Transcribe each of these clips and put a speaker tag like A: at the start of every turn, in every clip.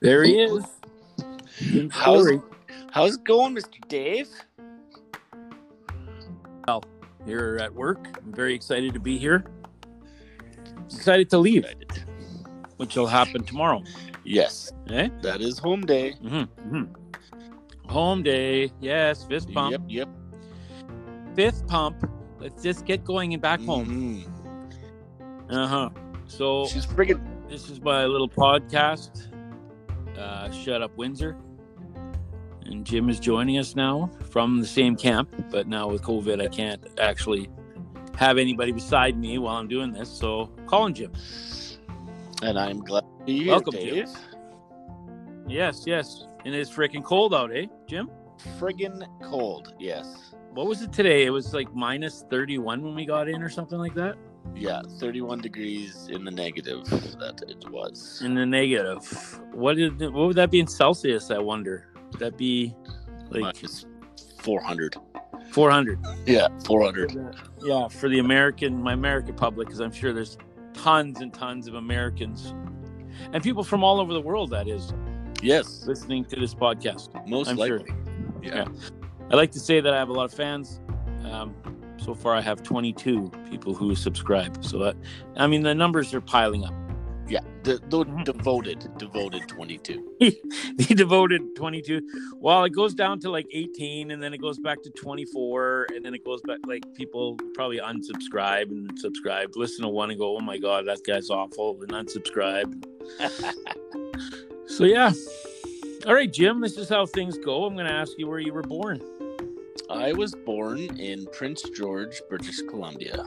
A: There he is. Jim
B: How's-
A: Story.
B: How's it going, Mr. Dave?
A: Here at work. I'm very excited to be here. Excited to leave, which will happen tomorrow.
B: Yes,
A: Eh?
B: that is home day.
A: hmm Home day. Yes, fist pump.
B: Yep, yep.
A: Fifth pump. Let's just get going and back home.
B: Mhm.
A: Uh huh. So
B: She's friggin'
A: this is my little podcast. Uh, Shut up, Windsor. And Jim is joining us now from the same camp, but now with COVID, I can't actually have anybody beside me while I'm doing this. So, calling Jim.
B: and I'm glad to be here,
A: Welcome,
B: Dave.
A: Yes, yes. And it's freaking cold out, eh, Jim?
B: Friggin' cold. Yes.
A: What was it today? It was like minus 31 when we got in, or something like that.
B: Yeah, 31 degrees in the negative that it was.
A: In the negative. What did what would that be in Celsius? I wonder. Would that be like
B: Minus 400.
A: 400?
B: Yeah, 400.
A: yeah for the american my american public because i'm sure there's tons and tons of americans and people from all over the world that is
B: Yes,
A: listening to this podcast
B: most
A: i'm sure
B: likely. Yeah.
A: i like to say that i have a lot of fans um, so far i have 22 people who subscribe so that, i mean the numbers are piling up
B: Yeah, the, the
A: Mhm.
B: devoted, devoted 22.
A: the devoted 22 well it goes down to like 18 and then it goes back to 24 and then it goes back like people probably unsubscribe and subscribe listen to one and go oh my god that guy's awful and unsubscribe so yeah all right jim this is how things go i'm going to ask you where you were born
B: I was born in Prince George, British Columbia.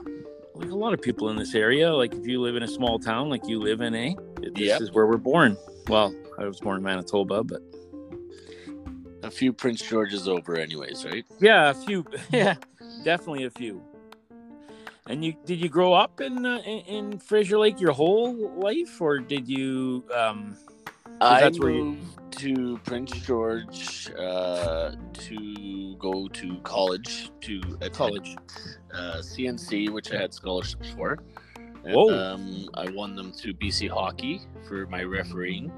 A: like a lot of people in this area like if you live in a small town like you live in eh this
B: Yep.
A: is where we're born well i was born in manitoba but
B: A few Prince Georges over, anyways, right?
A: Yeah, a few. Yeah, definitely a few. And you did you grow up in uh, in, in Fraser Lake your whole life, or did you? Um,
B: I
A: that's where you-
B: moved to Prince George uh, to go to college to attend,
A: College.
B: uh, CNC, which I had scholarships for. And,
A: Whoa.
B: Um, I won them to BC hockey for my refereeing.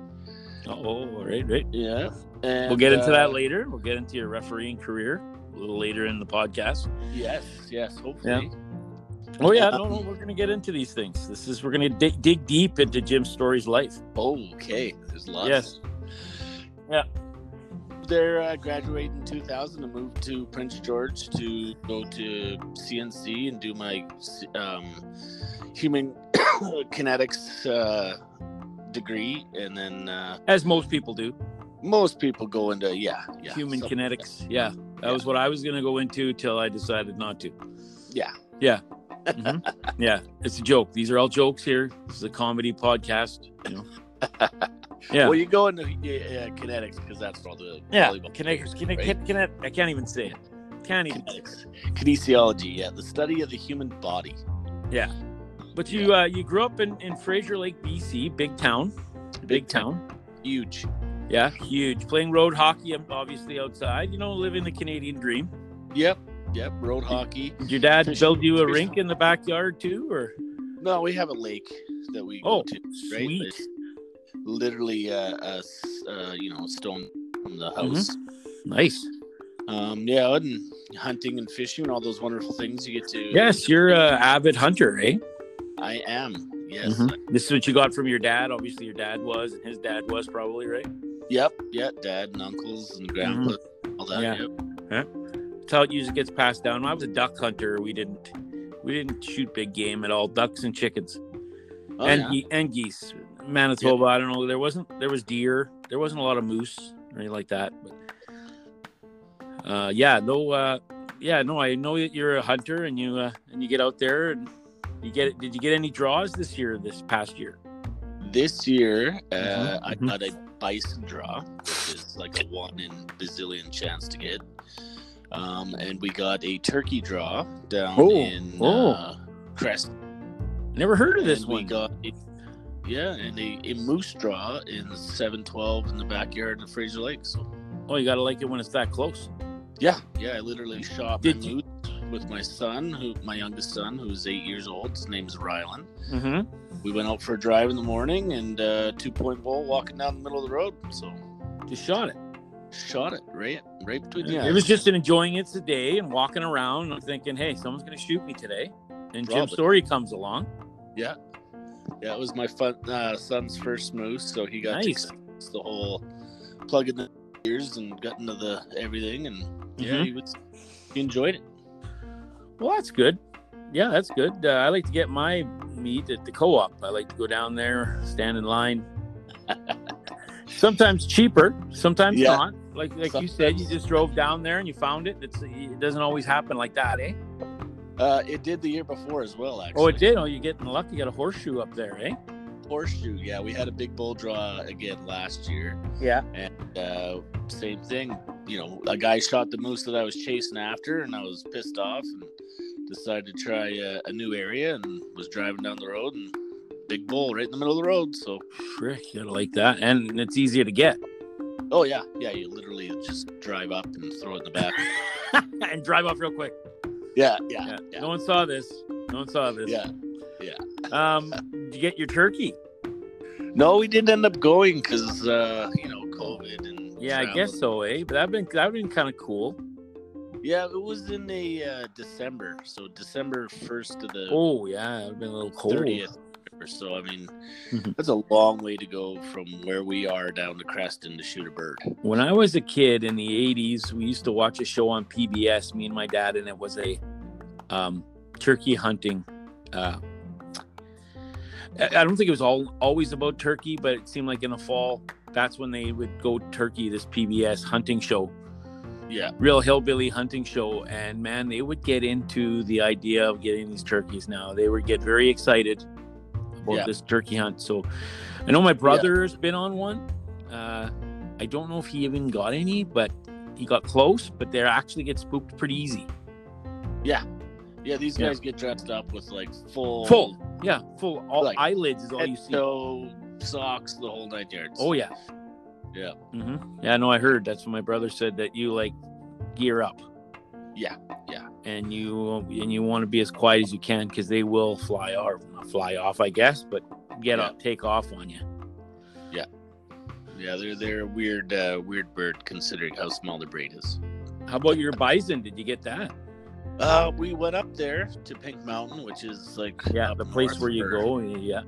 A: oh, right, right.
B: Yeah, and,
A: We'll get into
B: uh,
A: that later. We'll get into your refereeing career a little later in the podcast.
B: Yes, yes, hopefully.
A: Oh yeah, no, no, we're gonna get into these things. This is we're gonna dig, dig deep into Jim's story's life.
B: Okay, there's lots.
A: Yes. Yeah.
B: They're uh, graduating 2000 and moved to Prince George to go to CNC and do my um, human kinetics uh, degree. And then uh,
A: As most people do,
B: most people go into, yeah, yeah.
A: human
B: something like
A: kinetics. Yeah, that
B: Yeah.
A: was what I was gonna go into till I decided not to.
B: that. Yeah.
A: Mhm. yeah, it's a joke. These are all jokes here. This is a comedy podcast. You know? Yeah.
B: Well, you go into uh, uh, kinetics because that's all the
A: Yeah,
B: volleyball
A: Kinetics. Kine-
B: right?
A: kin- kine- I can't even say it. Can't even.
B: kinetics. Kinesiology, yeah, the study of the human body.
A: But you uh, you grew up in in Fraser Lake, BC, big town, big, town.
B: Huge.
A: Yeah, huge. Playing road hockey, um, obviously outside. You know, living the Canadian dream.
B: Yep. Yep. Road hockey.
A: Did your dad
B: Fish-
A: build you a
B: fish-
A: rink in the backyard too, or
B: No, we have a lake that we
A: Oh,
B: go to. right?
A: sweet?
B: It's literally uh, a s- uh, you know stone from the
A: Mm-hmm.
B: house.
A: Nice.
B: Um, yeah, and hunting and fishing and all those wonderful things you get to.
A: Yes, you're a avid hunter, eh?
B: I am. Yes.
A: Mhm. This is what you got from your dad. Obviously, your dad was, and his dad was probably right.
B: Yep. Yeah. Dad and uncles and grandpa, all that.
A: Mm-hmm. Yeah.
B: Yep.
A: That's how it usually gets passed down. When I was a duck hunter, we didn't we didn't shoot big game at all. Ducks and chickens
B: Oh,
A: and
B: yeah.
A: ge- and geese. Manitoba, I don't know. There wasn't there was deer. There wasn't a lot of moose or anything like that. But uh, yeah, no, uh, yeah, no. I know that you're a hunter and you uh, and you get out there and you get. Did you get any draws this year? This past year?
B: This year, uh,
A: Mhm,
B: I
A: mhm.
B: got a bison draw, which is like a one in bazillion chance to get. Um, and we got a turkey draw down
A: Oh,
B: in
A: oh.
B: Uh, Crest.
A: Never heard of this
B: and we
A: one.
B: got a, yeah, and a, a moose draw in the 712 in the backyard of Fraser Lake. So
A: Oh, you gotta like it when it's that close.
B: yeah, yeah, I literally shot
A: Did
B: my
A: you-
B: moose with my son, who my youngest son, who's eight years old. His name's Rylan.
A: Mm-hmm.
B: We went out for a drive in the morning and uh, two point bowl walking down the middle of the road. So
A: Just shot it.
B: shot it right, right between the
A: It was
B: eyes.
A: just an enjoying it today and walking around and thinking, hey, someone's going to shoot me today. And Jim
B: Probably.
A: Story comes along.
B: Yeah, it was my fun, uh, son's first moose, so he got to
A: Nice.
B: experience the whole plug in the ears and got into the everything, and yeah,
A: Mhm.
B: he was he enjoyed it.
A: Well, that's good. Yeah, that's good. Uh, I like to get my meat at the co-op. I like to go down there, stand in line. sometimes cheaper, sometimes
B: Yeah.
A: not. Like like you said, you just drove down there and you found it. It's it doesn't always happen like that, eh?
B: Uh, it did the year before as well, actually.
A: Oh, it did. Oh, you're getting lucky. You got a horseshoe up there, eh?
B: horseshoe. Yeah, we had a big bull draw again last year.
A: Yeah.
B: And uh, same thing. You know, a guy shot the moose that I was chasing after, and I was pissed off and decided to try a, a new area and was driving down the road and big bull right in the middle of the road. So,
A: Frick, you gotta like that, and it's easier to get
B: oh, yeah. Yeah, you literally just drive up and throw it in the back.
A: and drive off real quick.
B: yeah, yeah,
A: Yeah.
B: yeah.
A: No one saw this. No one saw this.
B: yeah.
A: Um, did you get your turkey?
B: No, we didn't end up going because, uh, you know, COVID and.
A: Yeah, I
B: travel.
A: guess so, eh? But that'd been that'd been kind of cool.
B: Yeah, it was in the uh, December. So, December 1st to the
A: Oh yeah, it'd been a little cold.
B: 30th or so. I mean,
A: Mhm.
B: that's a long way to go from where we are down to Creston to shoot a bird.
A: When I was a kid in the '80s, we used to watch a show on PBS. Me and my dad, and it was a um, turkey hunting. Uh, I I don't think it was all always about turkey, but it seemed like in the fall, that's when they would go turkey. This PBS hunting show,
B: Yeah.
A: real hillbilly hunting show, and man, they would get into the idea of getting these turkeys. Now they would get very excited about
B: Yeah.
A: this turkey hunt. So I know my brother's been on one. Uh, I don't know if he even got any, but he got close. But they actually get spooked pretty easy.
B: Yeah, these
A: Yeah.
B: guys get dressed up with like full,
A: Full, yeah, full. All
B: Like,
A: eyelids is all you see.
B: so socks, the whole nine yards.
A: Oh yeah,
B: Yeah.
A: hmm Yeah, no, I heard. That's what my brother said. That you like gear up.
B: Yeah, yeah.
A: And you and you want to be as quiet as you can because they will fly off, not fly off, I guess, but get
B: Yeah.
A: up, take off on you.
B: yeah, they're they're a weird, uh, weird bird considering how small their brain is.
A: How about your bison? Did you get that?
B: Uh, we went up there to Pink Mountain, which is like
A: Yeah,
B: up
A: the place
B: north
A: where you
B: for-
A: go. Yeah.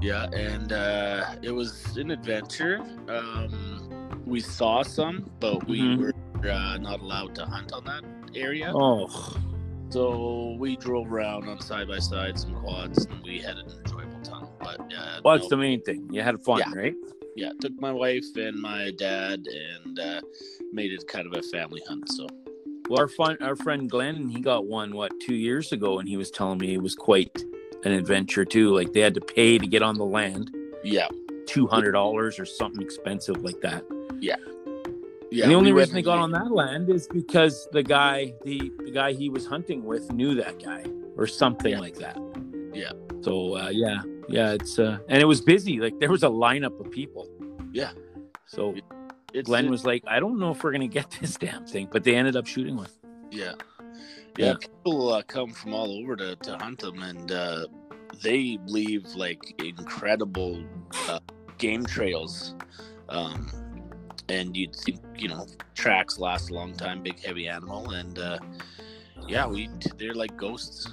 B: Yeah, and uh, it was an adventure. Um, we saw some, but we
A: Mhm.
B: were uh, not allowed to hunt on that area.
A: Oh,
B: So we drove around on side by sides and quads, and we had an enjoyable time. But uh,
A: well, that's the
B: no-
A: main thing. You had fun,
B: Yeah.
A: right?
B: yeah, took my wife and my dad, and uh, made it kind of a family hunt. So
A: Well, our fun, our friend Glenn, he got one what two years ago, and he was telling me it was quite an adventure too. Like they had to pay to get on the land,
B: yeah,
A: two hundred dollars or something expensive like that.
B: yeah.
A: and the
B: we
A: only
B: went
A: reason they got
B: and-
A: on that land is because the guy, the, the guy he was hunting with, knew that guy or something
B: Yeah.
A: like that.
B: Yeah.
A: So uh, yeah, yeah, it's uh, and it was busy. Like there was a lineup of people.
B: Yeah.
A: So
B: it's- uh,
A: Glenn
B: it-
A: was like, I don't know if we're gonna get this damn thing, but they ended up shooting one.
B: Yeah.
A: Yeah.
B: Yeah. People uh, come from all over to, to hunt them and uh, they leave like incredible uh, game trails. Um, and you'd think, you know, tracks last a long time, big heavy animal. And uh, yeah, we they're like ghosts.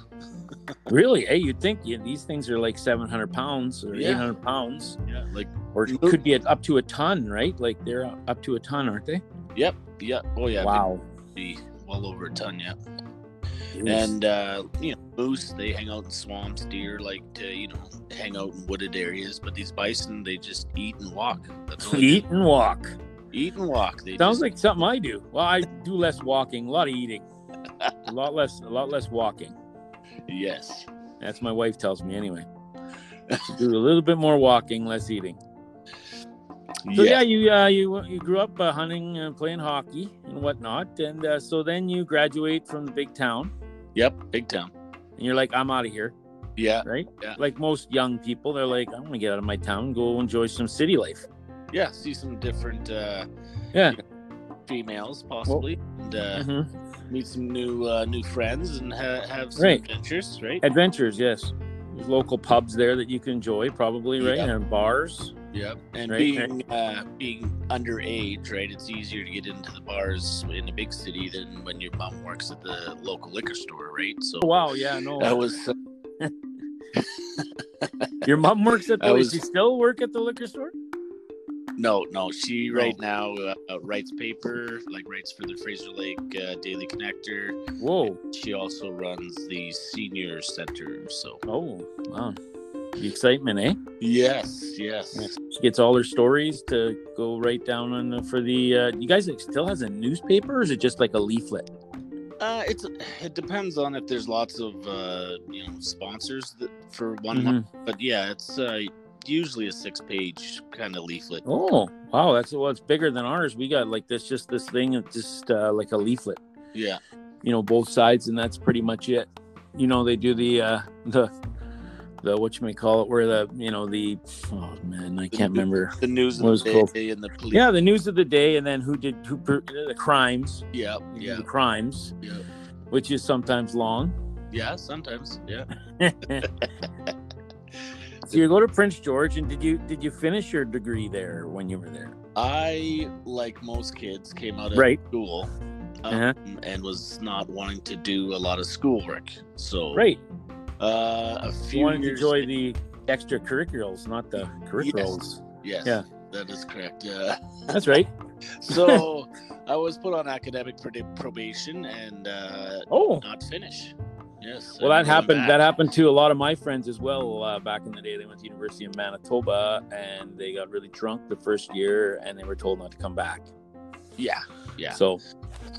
A: Really? Hey, you'd think yeah, these things are like 700 pounds or
B: Yeah.
A: 800 pounds,
B: Yeah. Like,
A: or it could be at- up to a ton, right? Like they're up to a ton, aren't they?
B: yep. Yeah. Oh, yeah.
A: wow.
B: it'd Be well over a ton. Yeah.
A: And
B: And, uh, you know, moose, they hang out in swamps. Deer like to, you know, hang out in wooded areas. But these bison, they just eat and walk. That's all they do.
A: eat and walk.
B: Eat and walk. They
A: Sounds
B: just-
A: like something I do. Well, I do less walking, a lot of eating, a lot less, a lot less walking.
B: yes.
A: That's my wife tells me anyway. Should do a little bit more walking, less eating. So yeah,
B: yeah.
A: you uh, you you grew up uh, hunting and playing hockey and whatnot, and uh, so then you graduate from the big town,
B: Yep. Big town.
A: and you're like, I'm out of here.
B: Yeah.
A: right?
B: Yeah.
A: Like most young people, they're like, I want to get out of my town, go enjoy some city life.
B: Yeah. See some different. Uh,
A: Yeah.
B: you know, females possibly, and uh,
A: Mhm.
B: meet some new uh, new friends and ha- have some
A: Right.
B: adventures. Right?
A: Adventures, yes. There's local pubs there that you can enjoy, probably, right?
B: Yeah.
A: And bars.
B: Yep. And
A: Right,
B: being Uh, being underage, right? It's easier to get into the bars in a big city than when your mom works at the local liquor store, right? So
A: Oh, wow, yeah, no.
B: that was uh,
A: Your mom works at the.
B: I
A: does
B: was-
A: she still work at the liquor store?
B: No, no. She right now uh, uh, writes paper, like writes for the Fraser Lake uh, Daily Connector.
A: Whoa!
B: She also runs the senior center. So
A: Oh, wow. The excitement, eh?
B: yes, yes,
A: She gets all her stories to go right down on the, for the. Uh, you guys it still has a newspaper, or is it just like a leaflet?
B: Uh, it's it depends on if there's lots of uh, you know sponsors that, for one
A: Mhm.
B: month, but yeah, it's uh, usually a six-page kind of leaflet.
A: Oh, wow! That's well, it's bigger than ours. We got like this, just this thing, it's just uh, like a leaflet.
B: Yeah,
A: you know both sides and that's pretty much it you know they do the uh the the what you may call it where the you know the oh man i can't remember
B: the news
A: What
B: of
A: was
B: the
A: it
B: day
A: called?
B: and the police.
A: yeah the news of the day and then who did who per, the crimes
B: yeah, yeah,
A: the crimes
B: yeah,
A: which is sometimes long
B: yeah. Sometimes, yeah.
A: so you go to prince george and did you did you finish your degree there when you were there
B: I, like most kids, came out of
A: Right.
B: school um,
A: Uh-huh.
B: and was not wanting to do a lot of schoolwork. So,
A: right
B: uh, a
A: you
B: few
A: wanted to
B: years.
A: enjoy the extracurriculars not the curriculums
B: yes,
A: yeah.
B: that is correct. Uh,
A: that's right
B: so, I was put on academic prob- probation and uh,
A: oh
B: not finish. Yes.
A: Well, that
B: I'm going
A: happened.
B: back.
A: That happened to a lot of my friends as well. Uh, back in the day, they went to University of Manitoba and they got really drunk the first year, and they were told not to come back.
B: Yeah, yeah.
A: So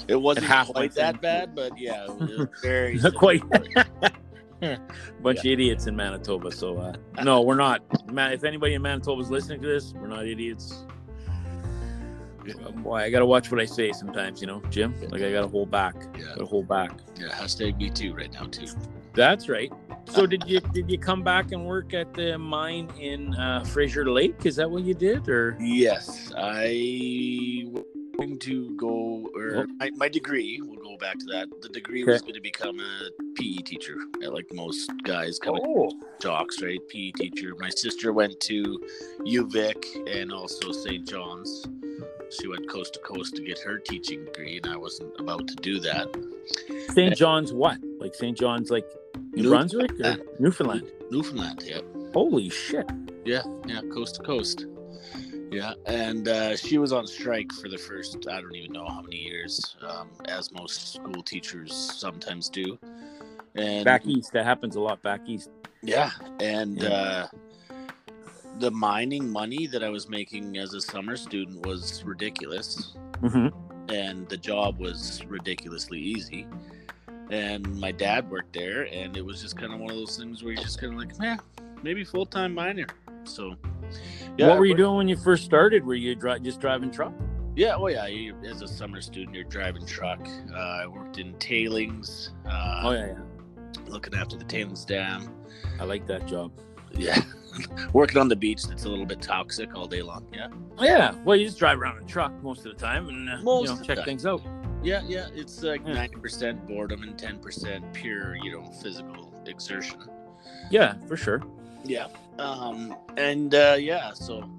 B: it wasn't
A: it happened.
B: quite that bad, but yeah, it was very
A: Not quite.
B: similar.
A: bunch of idiots in Manitoba. So uh, no, we're not. Man, if anybody in Manitoba is listening to this, we're not idiots. Oh, boy, I gotta watch what I say sometimes. You know, Jim. Like I gotta hold back.
B: yeah,
A: Gotta hold back.
B: yeah. Hashtag me too right now too.
A: That's right. So did you did you come back and work at the mine in uh, Fraser Lake? Is that what you did, or?
B: Yes, I was going to go, or
A: Nope.
B: my, my degree, we'll go back to that. The degree
A: Okay.
B: was going to become a PE teacher, uh, like most guys coming
A: Oh,
B: jocks, right? PE teacher. My sister went to UVic and also St. John's. She went coast to coast to get her teaching degree, and I wasn't about to do that.
A: St. John's what? Like St. John's like New
B: New-
A: Brunswick or Newfoundland?
B: Newfoundland, yeah.
A: Holy shit.
B: Yeah, coast to coast. Yeah, and uh, she was on strike for the first I don't even know how many years, um, as most school teachers sometimes do. And
A: Back east, that happens a lot back east.
B: yeah, and
A: Yeah.
B: Uh, the mining money that I was making as a summer student was ridiculous,
A: Mm-hmm.
B: and the job was ridiculously easy. And my dad worked there, and it was just kind of one of those things where you're just kind of like, man, maybe full time miner. So, yeah,
A: what were
B: I
A: you doing when you first started? Were you dri- just driving truck?
B: Yeah, well, yeah. You, as a summer student, you're driving truck. Uh, I worked in tailings, uh,
A: oh, yeah, yeah.
B: looking after the tailings dam.
A: I like that job.
B: Yeah, working on the beach that's a little bit toxic all day long. Yeah,
A: Oh, Yeah. Well, you just drive around in a truck most of the time and uh,
B: Most
A: you
B: of
A: know,
B: the
A: check
B: time.
A: things out.
B: yeah, yeah. It's like
A: Yeah.
B: ninety percent boredom and ten percent pure, you know, physical exertion.
A: Yeah, for sure.
B: Yeah. Um, and uh, yeah, so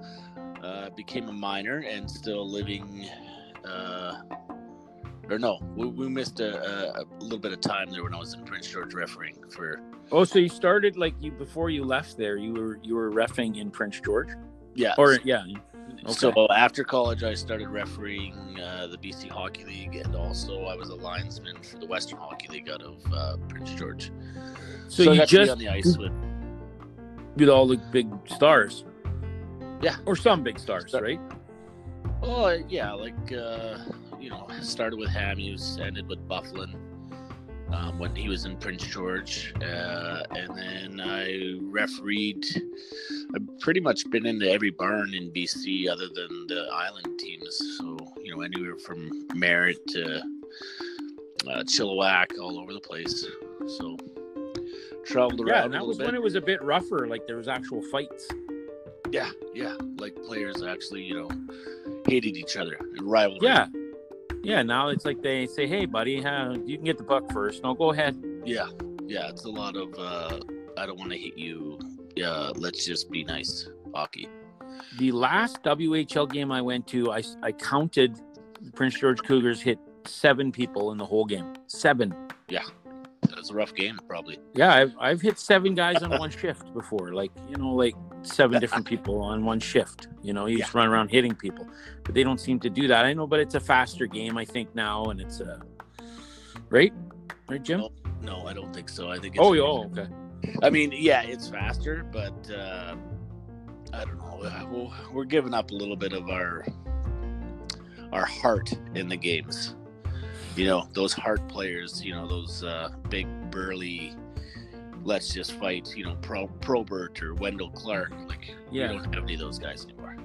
B: uh, became a miner and still living. Uh, or no, we, we missed a, a, a little bit of time there when I was in Prince George refereeing for.
A: Oh, so you started like you before you left there, you were you were refing in Prince George?
B: Yeah.
A: Or yeah. Okay.
B: So after college, I started refereeing uh, the BC Hockey League, and also I was a linesman for the Western Hockey League out of uh, Prince George.
A: So
B: I
A: you
B: got to be
A: just-
B: on the ice with
A: with all the big stars.
B: Yeah.
A: Or some big stars,
B: Star-
A: right?
B: oh yeah, like uh, you know, started with Hamuse, ended with Bufflin um, when he was in Prince George, uh, and then I refereed. I've pretty much been into every barn in BC other than the island teams. So you know, anywhere from Merritt to uh, Chilliwack, all over the place. So traveled
A: Yeah,
B: around
A: and
B: a
A: that
B: little
A: was
B: bit.
A: when it was a bit rougher. Like there was actual fights.
B: yeah, yeah, like players actually, you know, hated each other and rivalry.
A: Yeah, yeah, now it's like they say, "Hey, buddy, huh, you can get the puck first. No, go ahead."
B: Yeah, yeah, it's a lot of uh, I don't want to hit you. Yeah, let's just be nice, hockey.
A: The last WHL game I went to, I I counted the Prince George Cougars hit seven people in the whole game. Seven.
B: It's a rough game, probably.
A: Yeah, I've I've hit seven guys on one shift before. Like you know, like seven different people on one shift. You know, you just run around hitting people, but they don't seem to do that. I know, but it's a faster game, I think now, and it's a right, right, Jim.
B: Oh, No, I don't think so. I think it's
A: Oh, yeah, oh, okay.
B: I mean, yeah, it's faster, but uh, I don't know. Uh, we'll- We're giving up a little bit of our our heart in the games. You know, those heart players. You know, those uh, big burly. Let's just fight. You know, Pro Probert or Wendell Clark. Like
A: Yeah.
B: we don't have any of those guys anymore.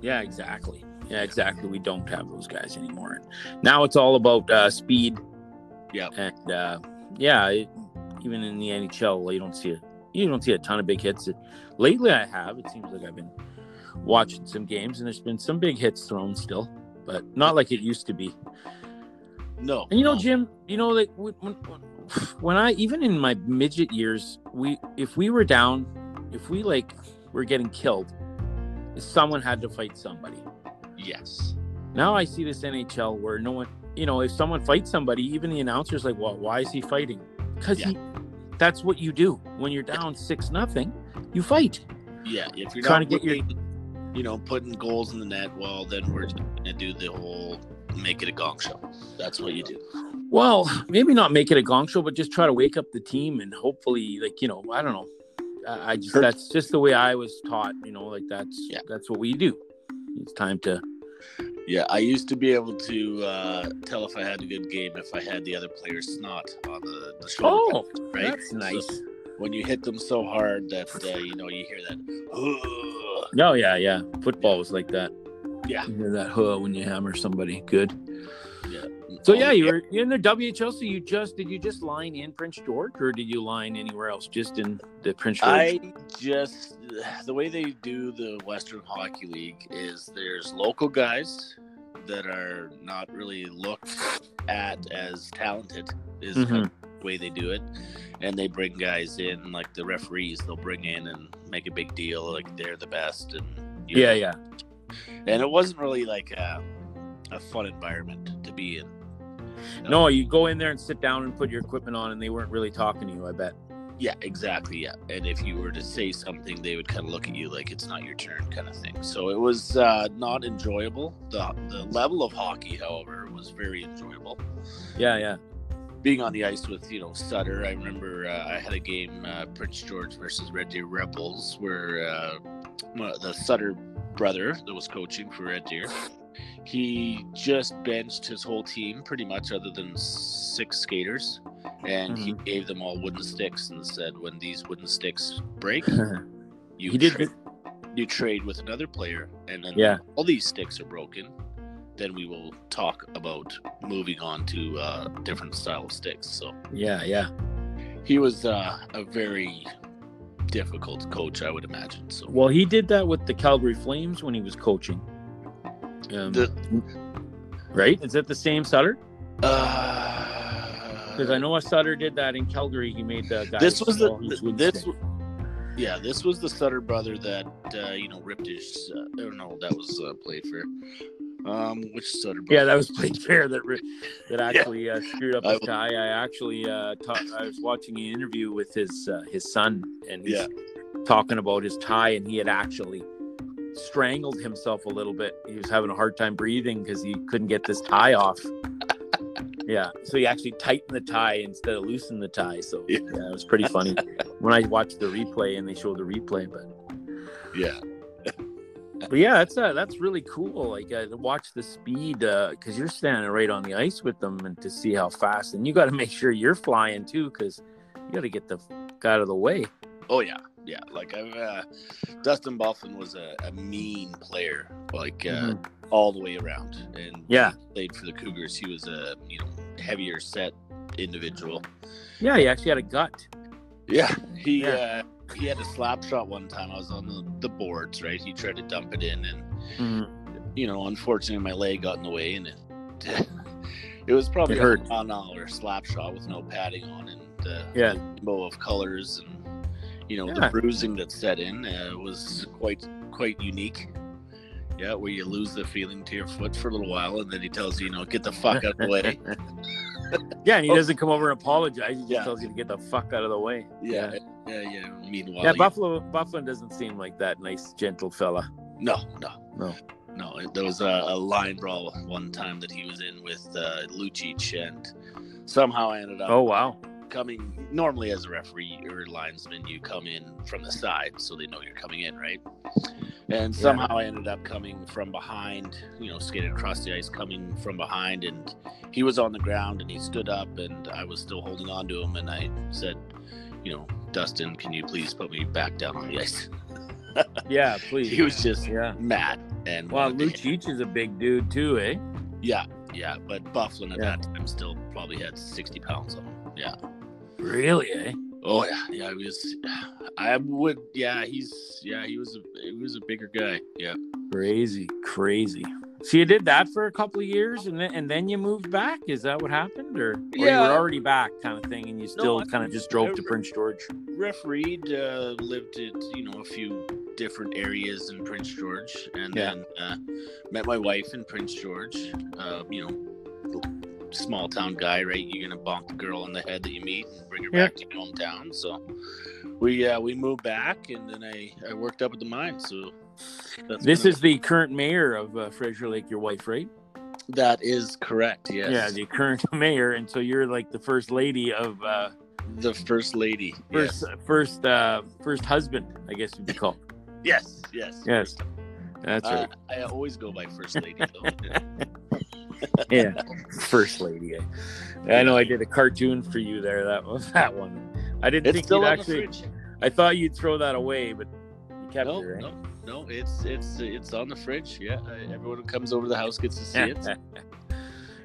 A: Yeah, exactly. Yeah, exactly. We don't have those guys anymore. Now it's all about uh, speed.
B: Yeah.
A: And uh, yeah, it, even in the NHL, you don't see it. You don't see a ton of big hits. lately, I have. It seems like I've been watching some games, and there's been some big hits thrown still, but not like it used to be.
B: No.
A: And you know,
B: no.
A: Jim, you know, like when, when- when I even in my midget years, we if we were down, if we like were getting killed, someone had to fight somebody.
B: Yes.
A: Now I see this NHL where no one, you know, if someone fights somebody, even the announcer's like, "Well, why is he fighting?" Because
B: Yeah.
A: he, that's what you do when you're down six nothing, you fight.
B: Yeah. If you're
A: Trying to
B: not
A: get your-
B: looking, you know, putting goals in the net, well, then we're just gonna do the whole make it a gong show. That's what you do.
A: Well, maybe not make it a gong show, but just try to wake up the team and hopefully, like you know, I don't know. I, I just
B: Sure.
A: that's just the way I was taught. You know, like that's
B: Yeah.
A: that's what we do. It's time to
B: Yeah, I used to be able to uh, tell if I had a good game if I had the other player's snot on the, the shoulder.
A: oh,
B: right?
A: that's nice.
B: So when you hit them so hard that uh, you know you hear that.
A: No, Oh, yeah, yeah. Football was like that.
B: Yeah.
A: You hear that huh when you hammer somebody. Good.
B: "Ugh."
A: So yeah, you were you're in the WHL. So you just did you just line in Prince George, or did you line anywhere else? Just in the Prince George.
B: I just the way they do the Western Hockey League is there's local guys that are not really looked at as talented is
A: Mm-hmm.
B: kind of the way they do it, and they bring guys in like the referees. They'll bring in and make a big deal like they're the best and you
A: yeah,
B: know.
A: yeah.
B: And it wasn't really like a, a fun environment to be in.
A: No, you go in there and sit down and put your equipment on, and they weren't really talking to you. I bet.
B: Yeah, exactly. Yeah, and if you were to say something, they would kind of look at you like it's not your turn, kind of thing. So it was uh, not enjoyable. the The level of hockey, however, was very enjoyable.
A: Yeah, yeah.
B: Being on the ice with you know Sutter, I remember uh, I had a game uh, Prince George versus Red Deer Rebels where uh, one of the Sutter brother that was coaching for Red Deer, he just benched his whole team pretty much, other than six skaters. And he
A: Mm-hmm.
B: gave them all wooden sticks and said, "When these wooden sticks break, you
A: he did.
B: tra- you trade with another player, and then
A: Yeah.
B: all these sticks are broken. Then we will talk about moving on to uh, different style of sticks. So
A: Yeah, yeah.
B: he was uh, a very difficult coach, I would imagine. So
A: Well, he did that with the Calgary Flames when he was coaching. Um,
B: The-
A: right? Is that the same Sutter? Because
B: uh,
A: I know a Sutter did that in Calgary. He made the guy.
B: this was the this yeah this was the Sutter brother that uh, you know ripped his uh, I don't know that was uh, played for um which Sutter brother
A: Yeah, that was Blake Fair that re- that actually uh, screwed up
B: I
A: his
B: will-
A: guy. I actually uh, ta- I was watching an interview with his uh, his son, and he's
B: Yeah.
A: talking about his tie, and he had actually strangled himself a little bit. He was having a hard time breathing because he couldn't get this tie off. yeah, so he actually tightened the tie instead of loosen the tie. So yeah,
B: Yeah.
A: it was pretty funny when I watched the replay and they showed the replay, but.
B: yeah
A: But yeah, that's uh, that's really cool. Like uh, to watch the speed because you're standing right on the ice with them, and to see how fast. And you got to make sure you're flying too, because you got to get the f- out of the way.
B: Oh yeah, yeah. Like I, uh, Dustin Bufflin was a, a mean player, like uh,
A: Mhm.
B: all the way around, and
A: Yeah,
B: played for the Cougars. He was a you know heavier set individual.
A: yeah. You actually had a gut.
B: Yeah, he
A: Yeah.
B: Uh, he had a slap shot one time. I was on the, the boards, right? He tried to Mm-hmm. dump it in, and you know, unfortunately, my leg got in the way, and it It was probably
A: It
B: a
A: hurt.
B: on dollar slap shot with no padding on and uh,
A: Yeah.
B: the bow of colors and you know
A: Yeah.
B: the bruising that set in uh, was quite quite unique. Yeah, where you lose the feeling to your foot for a little while, and then he tells you, you know, get the fuck out of the way.
A: Yeah, and he
B: Oh.
A: doesn't come over and apologize. He just
B: Yeah.
A: tells you to get the fuck out of the way.
B: Yeah, yeah, yeah. Meanwhile,
A: yeah,
B: you-
A: Buffalo Buffalo doesn't seem like that nice, gentle fella.
B: No, no,
A: No.
B: no. it- There was a, a line brawl one time that he was in with uh, Lucic, and somehow I ended up
A: Oh wow.
B: coming. Normally, as a referee or linesman, you come in from the side so they know you're coming in, right? And
A: Yeah.
B: somehow I ended up coming from behind, you know, skated across the ice, coming from behind, and he was on the ground and he stood up, and I was still holding on to him, and I said, you know, Dustin, can you please put me back down on the ice?
A: Yeah, please.
B: He was just
A: yeah.
B: mad and
A: Well,
B: wanted to hit
A: Lucic is a big dude too, eh?
B: Yeah, yeah, but Bufflin at
A: Yeah.
B: that time still probably had sixty pounds on him. Yeah.
A: Really, eh?
B: Oh yeah, yeah. He was. I would. Yeah, he's. Yeah, he was. A, he was a bigger guy. Yeah.
A: Crazy, crazy. So you did that for a couple of years, and then and then you moved back. Is that what happened, or, or you
B: Yeah.
A: were already back, kind of thing, and you still
B: I-
A: kind of just drove to
B: I-
A: Prince George?
B: Refereed, uh, lived at you know a few different areas in Prince George, and
A: Yeah.
B: then uh, met my wife in Prince George. Uh, you know, small town guy, right? You're gonna bonk the girl on the head that you meet and bring her
A: Yeah.
B: back to your hometown. So we uh, we moved back, and then I I worked up at the mine. So. That's
A: This
B: kinda-
A: is the current mayor of uh, Fraser Lake, your wife, right?
B: That is correct. Yes.
A: Yeah, the current mayor, and so you're like the first lady of uh,
B: the first lady.
A: first first uh, first husband, I guess you'd be called.
B: Yes. Yes.
A: Yes, that's
B: Uh,
A: right.
B: I always go by first lady. Though. Uh,
A: Yeah, first lady. eh? I know I did a cartoon for you there. That was that one. I didn't
B: it's
A: think
B: still
A: you'd
B: on
A: actually.
B: the fridge.
A: I thought you'd throw that away, but you kept
B: No,
A: it. Right?
B: no, no. It's it's it's on the fridge. Yeah. I, everyone who comes over the house gets to see it.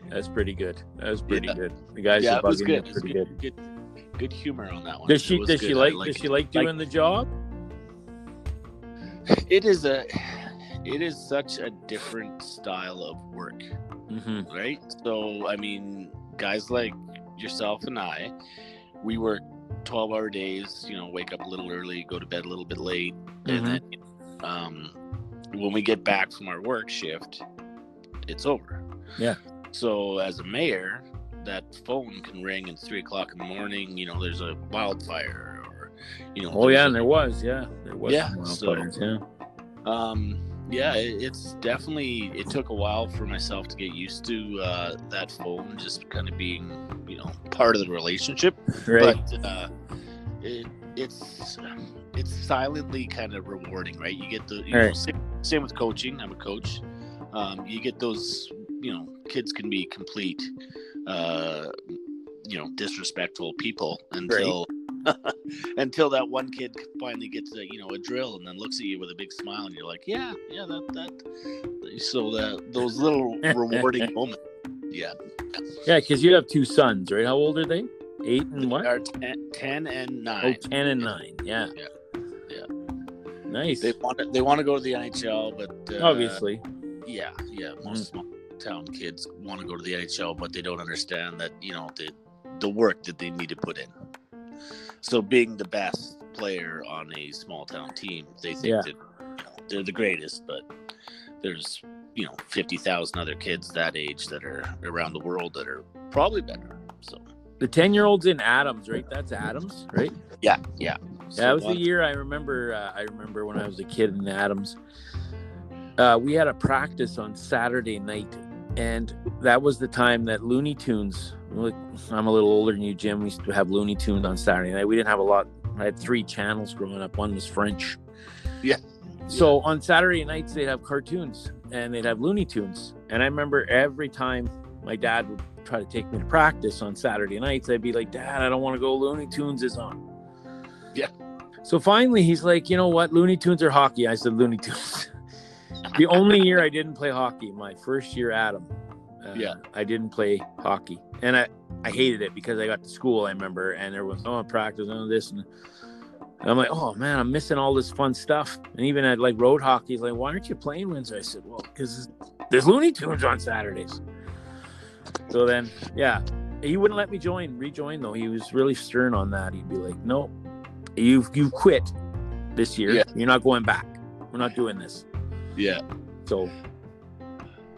A: That's pretty good. That was pretty
B: Yeah.
A: good. The guys
B: yeah,
A: are
B: it
A: bugging
B: was
A: you
B: good. It was
A: pretty good.
B: good. Good, good humor on that one.
A: Does
B: It
A: she
B: was
A: does she
B: good. I
A: like
B: liked
A: does she
B: it.
A: like doing the job?
B: It is a. It is such a different style of work.
A: Mm-hmm.
B: right? So, I mean, guys like yourself and I, we work 12 hour days, you know, wake up a little early, go to bed a little bit late.
A: Mm-hmm.
B: And then, um, when we get back from our work shift, it's over.
A: Yeah.
B: So, as a mayor, that phone can ring at three o'clock in the morning, you know, there's a wildfire or, you know,
A: Oh yeah,
B: there's
A: and there was yeah there was
B: Yeah,
A: some
B: so-
A: wildfires, yeah.
B: um yeah it, it's definitely it took a while for myself to get used to uh that phone just kind of being you know part of the relationship
A: right
B: but uh it, it's it's silently kind of rewarding right you get the you know,
A: Right.
B: same, same with coaching i'm a coach um you get those you know kids can be complete uh you know disrespectful people until until that one kid finally gets a you know a drill and then looks at you with a big smile and you're like yeah yeah that that so that those little rewarding moments yeah
A: yeah because you have two sons right how old are they eight and what
B: are 10, 10 and 9
A: oh 10 and nine yeah
B: Yeah. Yeah.
A: nice
B: They uh, want to, they want to go to the NHL, but uh,
A: obviously Mm.
B: yeah, yeah. Most small town kids want to go to the NHL, but they don't understand that you know the the work that they need to put in. So being the best player on a small town team, they think
A: Yeah.
B: that you know, they're the greatest, but there's you know fifty thousand other kids that age that are around the world that are probably better. So
A: the 10 year old's in Adams right that's Adams right
B: yeah, yeah.
A: that was the year I remember. Uh, I remember when I was a kid in Adams. Uh, we had a practice on Saturday night, and that was the time that Looney Tunes. Look, I'm a little older than you, Jim. We used to have Looney Tunes on Saturday night. We didn't have a lot. I had three channels growing up. One was French.
B: Yeah.
A: So on Saturday nights they'd have cartoons and they'd have Looney Tunes, and I remember every time my dad would try to take me to practice on Saturday nights, I'd be like, "Dad, I don't want to go. Looney Tunes is on." So finally, he's like, you know what? Looney Tunes or hockey? I said, Looney Tunes. the only year I didn't play hockey, my first year, Adam. Uh,
B: Yeah.
A: I didn't play hockey, and I I hated it because I got to school. I remember, and there was no practice, none of this, and, and I'm like, oh man, I'm missing all this fun stuff. And even at like road hockey, he's like, why aren't you playing Wednesday? I said, well, because there's Looney Tunes on Saturdays. So then, yeah, he wouldn't let me join, rejoin though. He was really stern on that. He'd be like, "No, you you quit this year.
B: Yeah.
A: You're not going back. We're not doing this."
B: Yeah,
A: So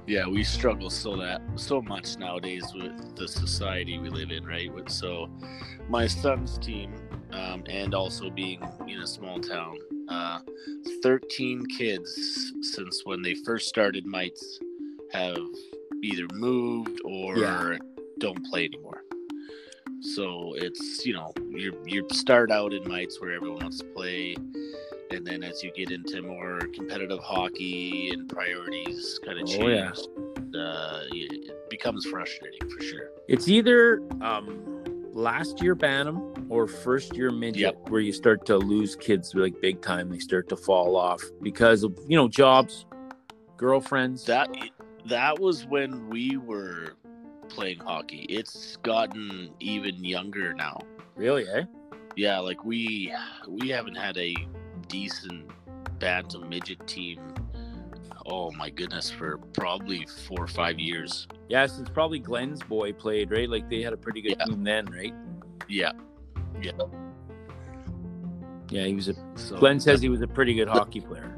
B: yeah, we struggle so that so much nowadays with the society we live in, right? With- So, my son's team, um, and also being in a small town, uh, thirteen kids since when they first started mites have either moved or
A: Yeah.
B: don't play anymore. So it's you know you you start out in mites where everyone wants to play, and then as you get into more competitive hockey and priorities kind
A: Oh,
B: of change,
A: yeah.
B: uh, it it becomes frustrating for sure.
A: it's either um, last year Bantam or first year midget
B: Yep.
A: where you start to lose kids like big time. They start to fall off because of you know jobs, girlfriends.
B: That that was when we were playing hockey. It's gotten even younger now.
A: really, eh?
B: Yeah, like we we haven't had a decent bantam midget team. Oh my goodness, for probably four or five years.
A: Yeah, since probably Glenn's boy played right. Like they had a pretty good
B: Yeah.
A: team then, right?
B: Yeah.
A: Yeah, he was a.
B: So
A: Glenn says he was a pretty good hockey player.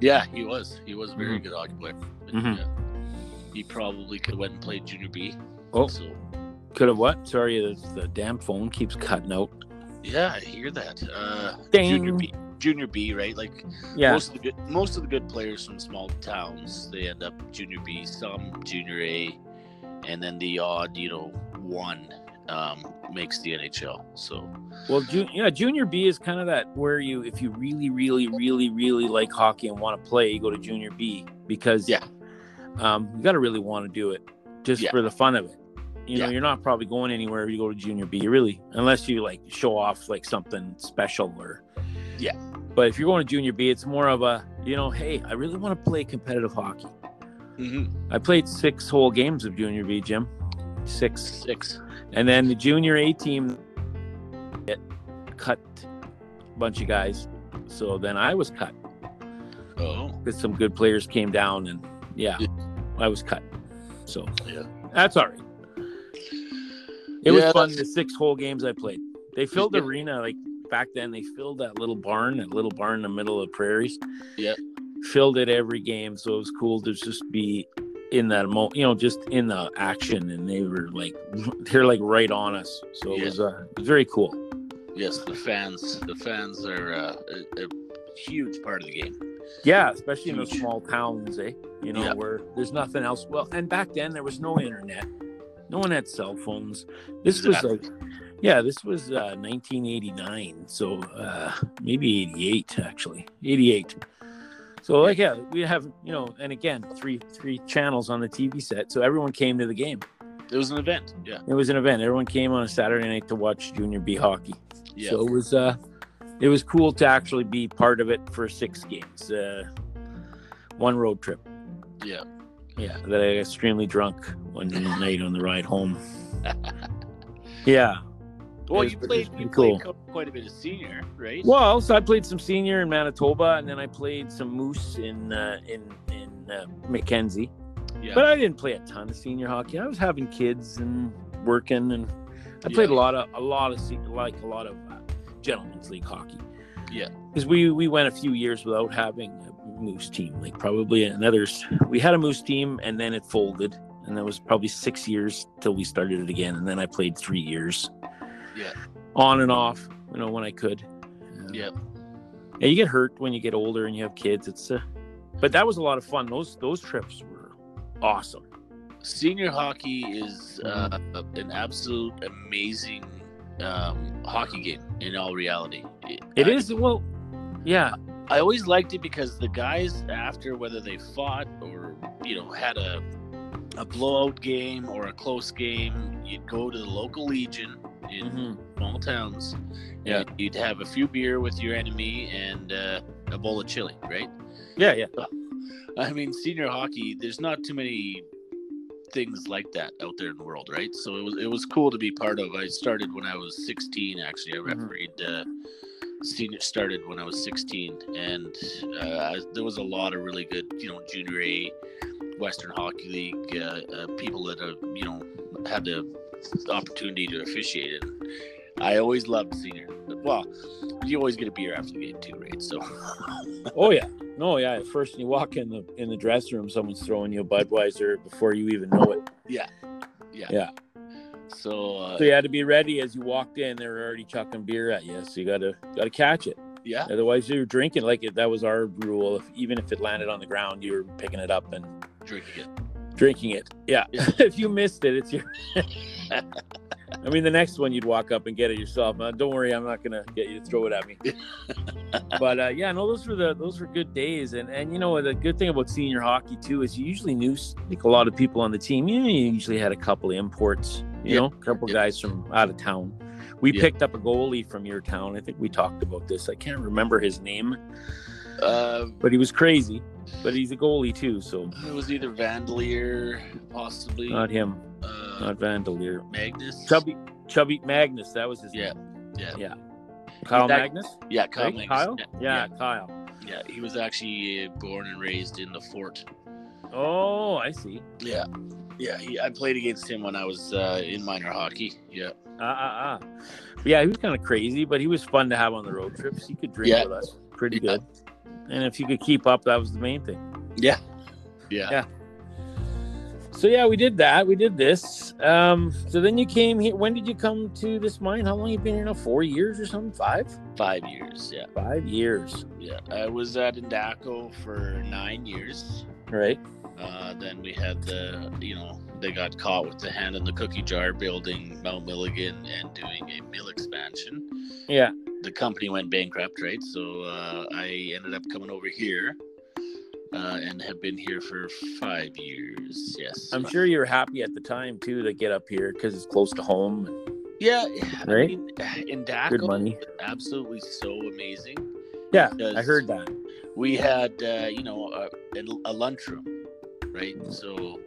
B: Yeah, he was. He was a
A: Mm-hmm.
B: very good hockey player.
A: Mhm.
B: Yeah. He probably could have went and played junior B.
A: Oh.
B: so
A: Could have what? Sorry, the, the damn phone keeps cutting out.
B: yeah, I hear that. Uh,
A: Ding.
B: junior B, junior B, right? Like
A: Yeah,
B: most of the good, most of the good players from small towns, they end up junior B, some junior A, and then the odd, you know, one um, makes the NHL. So
A: Well, ju- yeah, junior B is kind of that where you, if you really, really, really, really like hockey and want to play, you go to junior B because
B: Yeah.
A: um, you got to really want to do it just
B: Yeah.
A: for the fun of it. You know,
B: Yeah.
A: you're not probably going anywhere if you go to junior B, really, unless you like show off like something special or.
B: Yeah.
A: But if you're going to junior B, it's more of a, you know, hey, I really want to play competitive hockey. I played six whole games of junior B, Jim. Six.
B: six.
A: And then the junior A team it cut a bunch of guys. So then I was cut
B: Oh,
A: because some good players came down and yeah,
B: Yeah.
A: I was cut. So
B: Yeah.
A: that's all right. It was
B: Yeah,
A: fun.
B: that's-
A: The six whole games I played. They filled the
B: Yeah.
A: arena like back then. They filled that little barn, that little barn in the middle of the prairies.
B: Yeah.
A: Filled it every game, so it was cool to just be in that moment, you know, just in the action. And they were like, they're like right on us. So it
B: Yeah.
A: was uh, it was very cool.
B: yes, the fans. The fans are uh, a, a huge part of the game.
A: Yeah, especially in those
B: Huge.
A: small towns, eh? You know,
B: Yeah.
A: where there's nothing else. Well, and back then there was no internet. No one had cell phones. This was like, yeah, this was uh, 1989. So uh, maybe 88, actually. 88. So, like, yeah, we have, you know, and again, three three channels on the TV set. So everyone came to the game.
B: It was an event. Yeah,
A: It was an event. Everyone came on a Saturday night to watch Junior B hockey.
B: yeah.
A: So it was uh it was cool to actually be part of it for six games. Uh one road trip.
B: Yeah.
A: Yeah. That I got extremely drunk one night on the ride home. yeah.
B: well,
A: it
B: you
A: was- it was
B: played you
A: pretty cool.
B: played co- quite a bit of senior, right?
A: Well, so I played some senior in Manitoba and then I played some moose in uh in in uh, Mackenzie.
B: yeah.
A: But I didn't play a ton of senior hockey. I was having kids and working and I played
B: Yeah.
A: a lot of a lot of se- like a lot of uh, gentlemen's league hockey.
B: Yeah.
A: Because we we went a few years without having a moose team, like probably another. s- We had a moose team, and then it folded, and that was probably six years till we started it again. And then I played three years.
B: Yeah.
A: On and off, you know, when I could. Uh,
B: Yeah.
A: Yeah, you get hurt when you get older and you have kids. It's, uh, but that was a lot of fun. Those those trips were awesome.
B: senior hockey is uh,
A: Mm-hmm.
B: an absolute amazing um, hockey game in all reality.
A: It
B: I-
A: is well, yeah.
B: I always liked it because the guys after, whether they fought or you know had a a blowout game or a close game, you'd go to the local legion in
A: Mm-hmm.
B: small towns.
A: Yeah.
B: and you'd have a few beer with your enemy and uh, a bowl of chili, right?
A: Yeah, yeah.
B: I mean, senior hockey. There's not too many things like that out there in the world, right? So it was it was cool to be part of. I started when I was 16. Actually, I
A: Mhm.
B: refereed uh, senior started when I was 16, and uh, I, there was a lot of really good, you know, junior A Western Hockey League uh, uh, people that have you know had the opportunity to officiate it. I always loved seeing her. Well, you always get a beer after the game too, right? So
A: Oh yeah, no, yeah. At first, you walk in the in the dressing room, someone's throwing you a Budweiser before you even know it.
B: so uh,
A: So you had to be ready as you walked in. They were already chucking beer at you, so you gotta gotta catch it.
B: yeah,
A: Otherwise, you're drinking like it. That was our rule. If even if it landed on the ground, you were picking it up and
B: drinking it.
A: drinking it. Yeah.
B: Yeah.
A: if you missed it, it's your. I mean, the next one you'd walk up and get it yourself. Uh, don't worry, I'm not gonna get you to throw it at me. but uh, yeah, no, those were the those were good days, and and you know the good thing about senior hockey too is you usually knew like a lot of people on the team. You, you usually had a couple of imports, you
B: Yeah.
A: know, a couple
B: Yeah.
A: guys from out of town. We
B: Yeah.
A: picked up a goalie from your town. I think we talked about this. I can't remember his name,
B: Uh,
A: but he was crazy. But he's a goalie too, so
B: it was either Vandelier, possibly
A: not him,
B: uh,
A: not Vandelier.
B: Magnus.
A: Chubby Chubby Magnus, that was his
B: Yeah,
A: name.
B: yeah.
A: Yeah. Kyle
B: That-
A: Magnus?
B: Yeah, Kyle.
A: right?
B: Magnus.
A: Kyle?
B: Yeah,
A: Yeah, Kyle.
B: yeah, he was actually uh, born and raised in the fort.
A: Oh, I see.
B: Yeah, yeah. He, I played against him when I was uh, in minor hockey. Yeah,
A: Ah ah ah. Yeah, he was kind of crazy, but he was fun to have on the road trips. He could drink
B: Yeah.
A: with us pretty
B: Yeah.
A: good. And if you could keep up, that was the main thing.
B: yeah, yeah.
A: Yeah. So yeah, we did that. We did this. Um, so then you came here. When did you come to this mine? How long you been here now? Four years or something? Five?
B: Five years. Yeah,
A: Five years.
B: yeah. I was at Indaco for nine years.
A: Right.
B: Uh, then we had the, you know, they got caught with the hand in the cookie jar building Mount Milligan and doing a mill expansion.
A: Yeah.
B: The company went bankrupt, right? So uh, I ended up coming over here uh, and have been here for five years. Yes.
A: I'm sure you were happy at the time too to get up here because it's close to home.
B: Yeah. I
A: Right?
B: mean, Indaco,
A: Good money.
B: absolutely so amazing.
A: Yeah, I
B: Because-
A: heard that.
B: we had uh, you know a, a lunchroom right so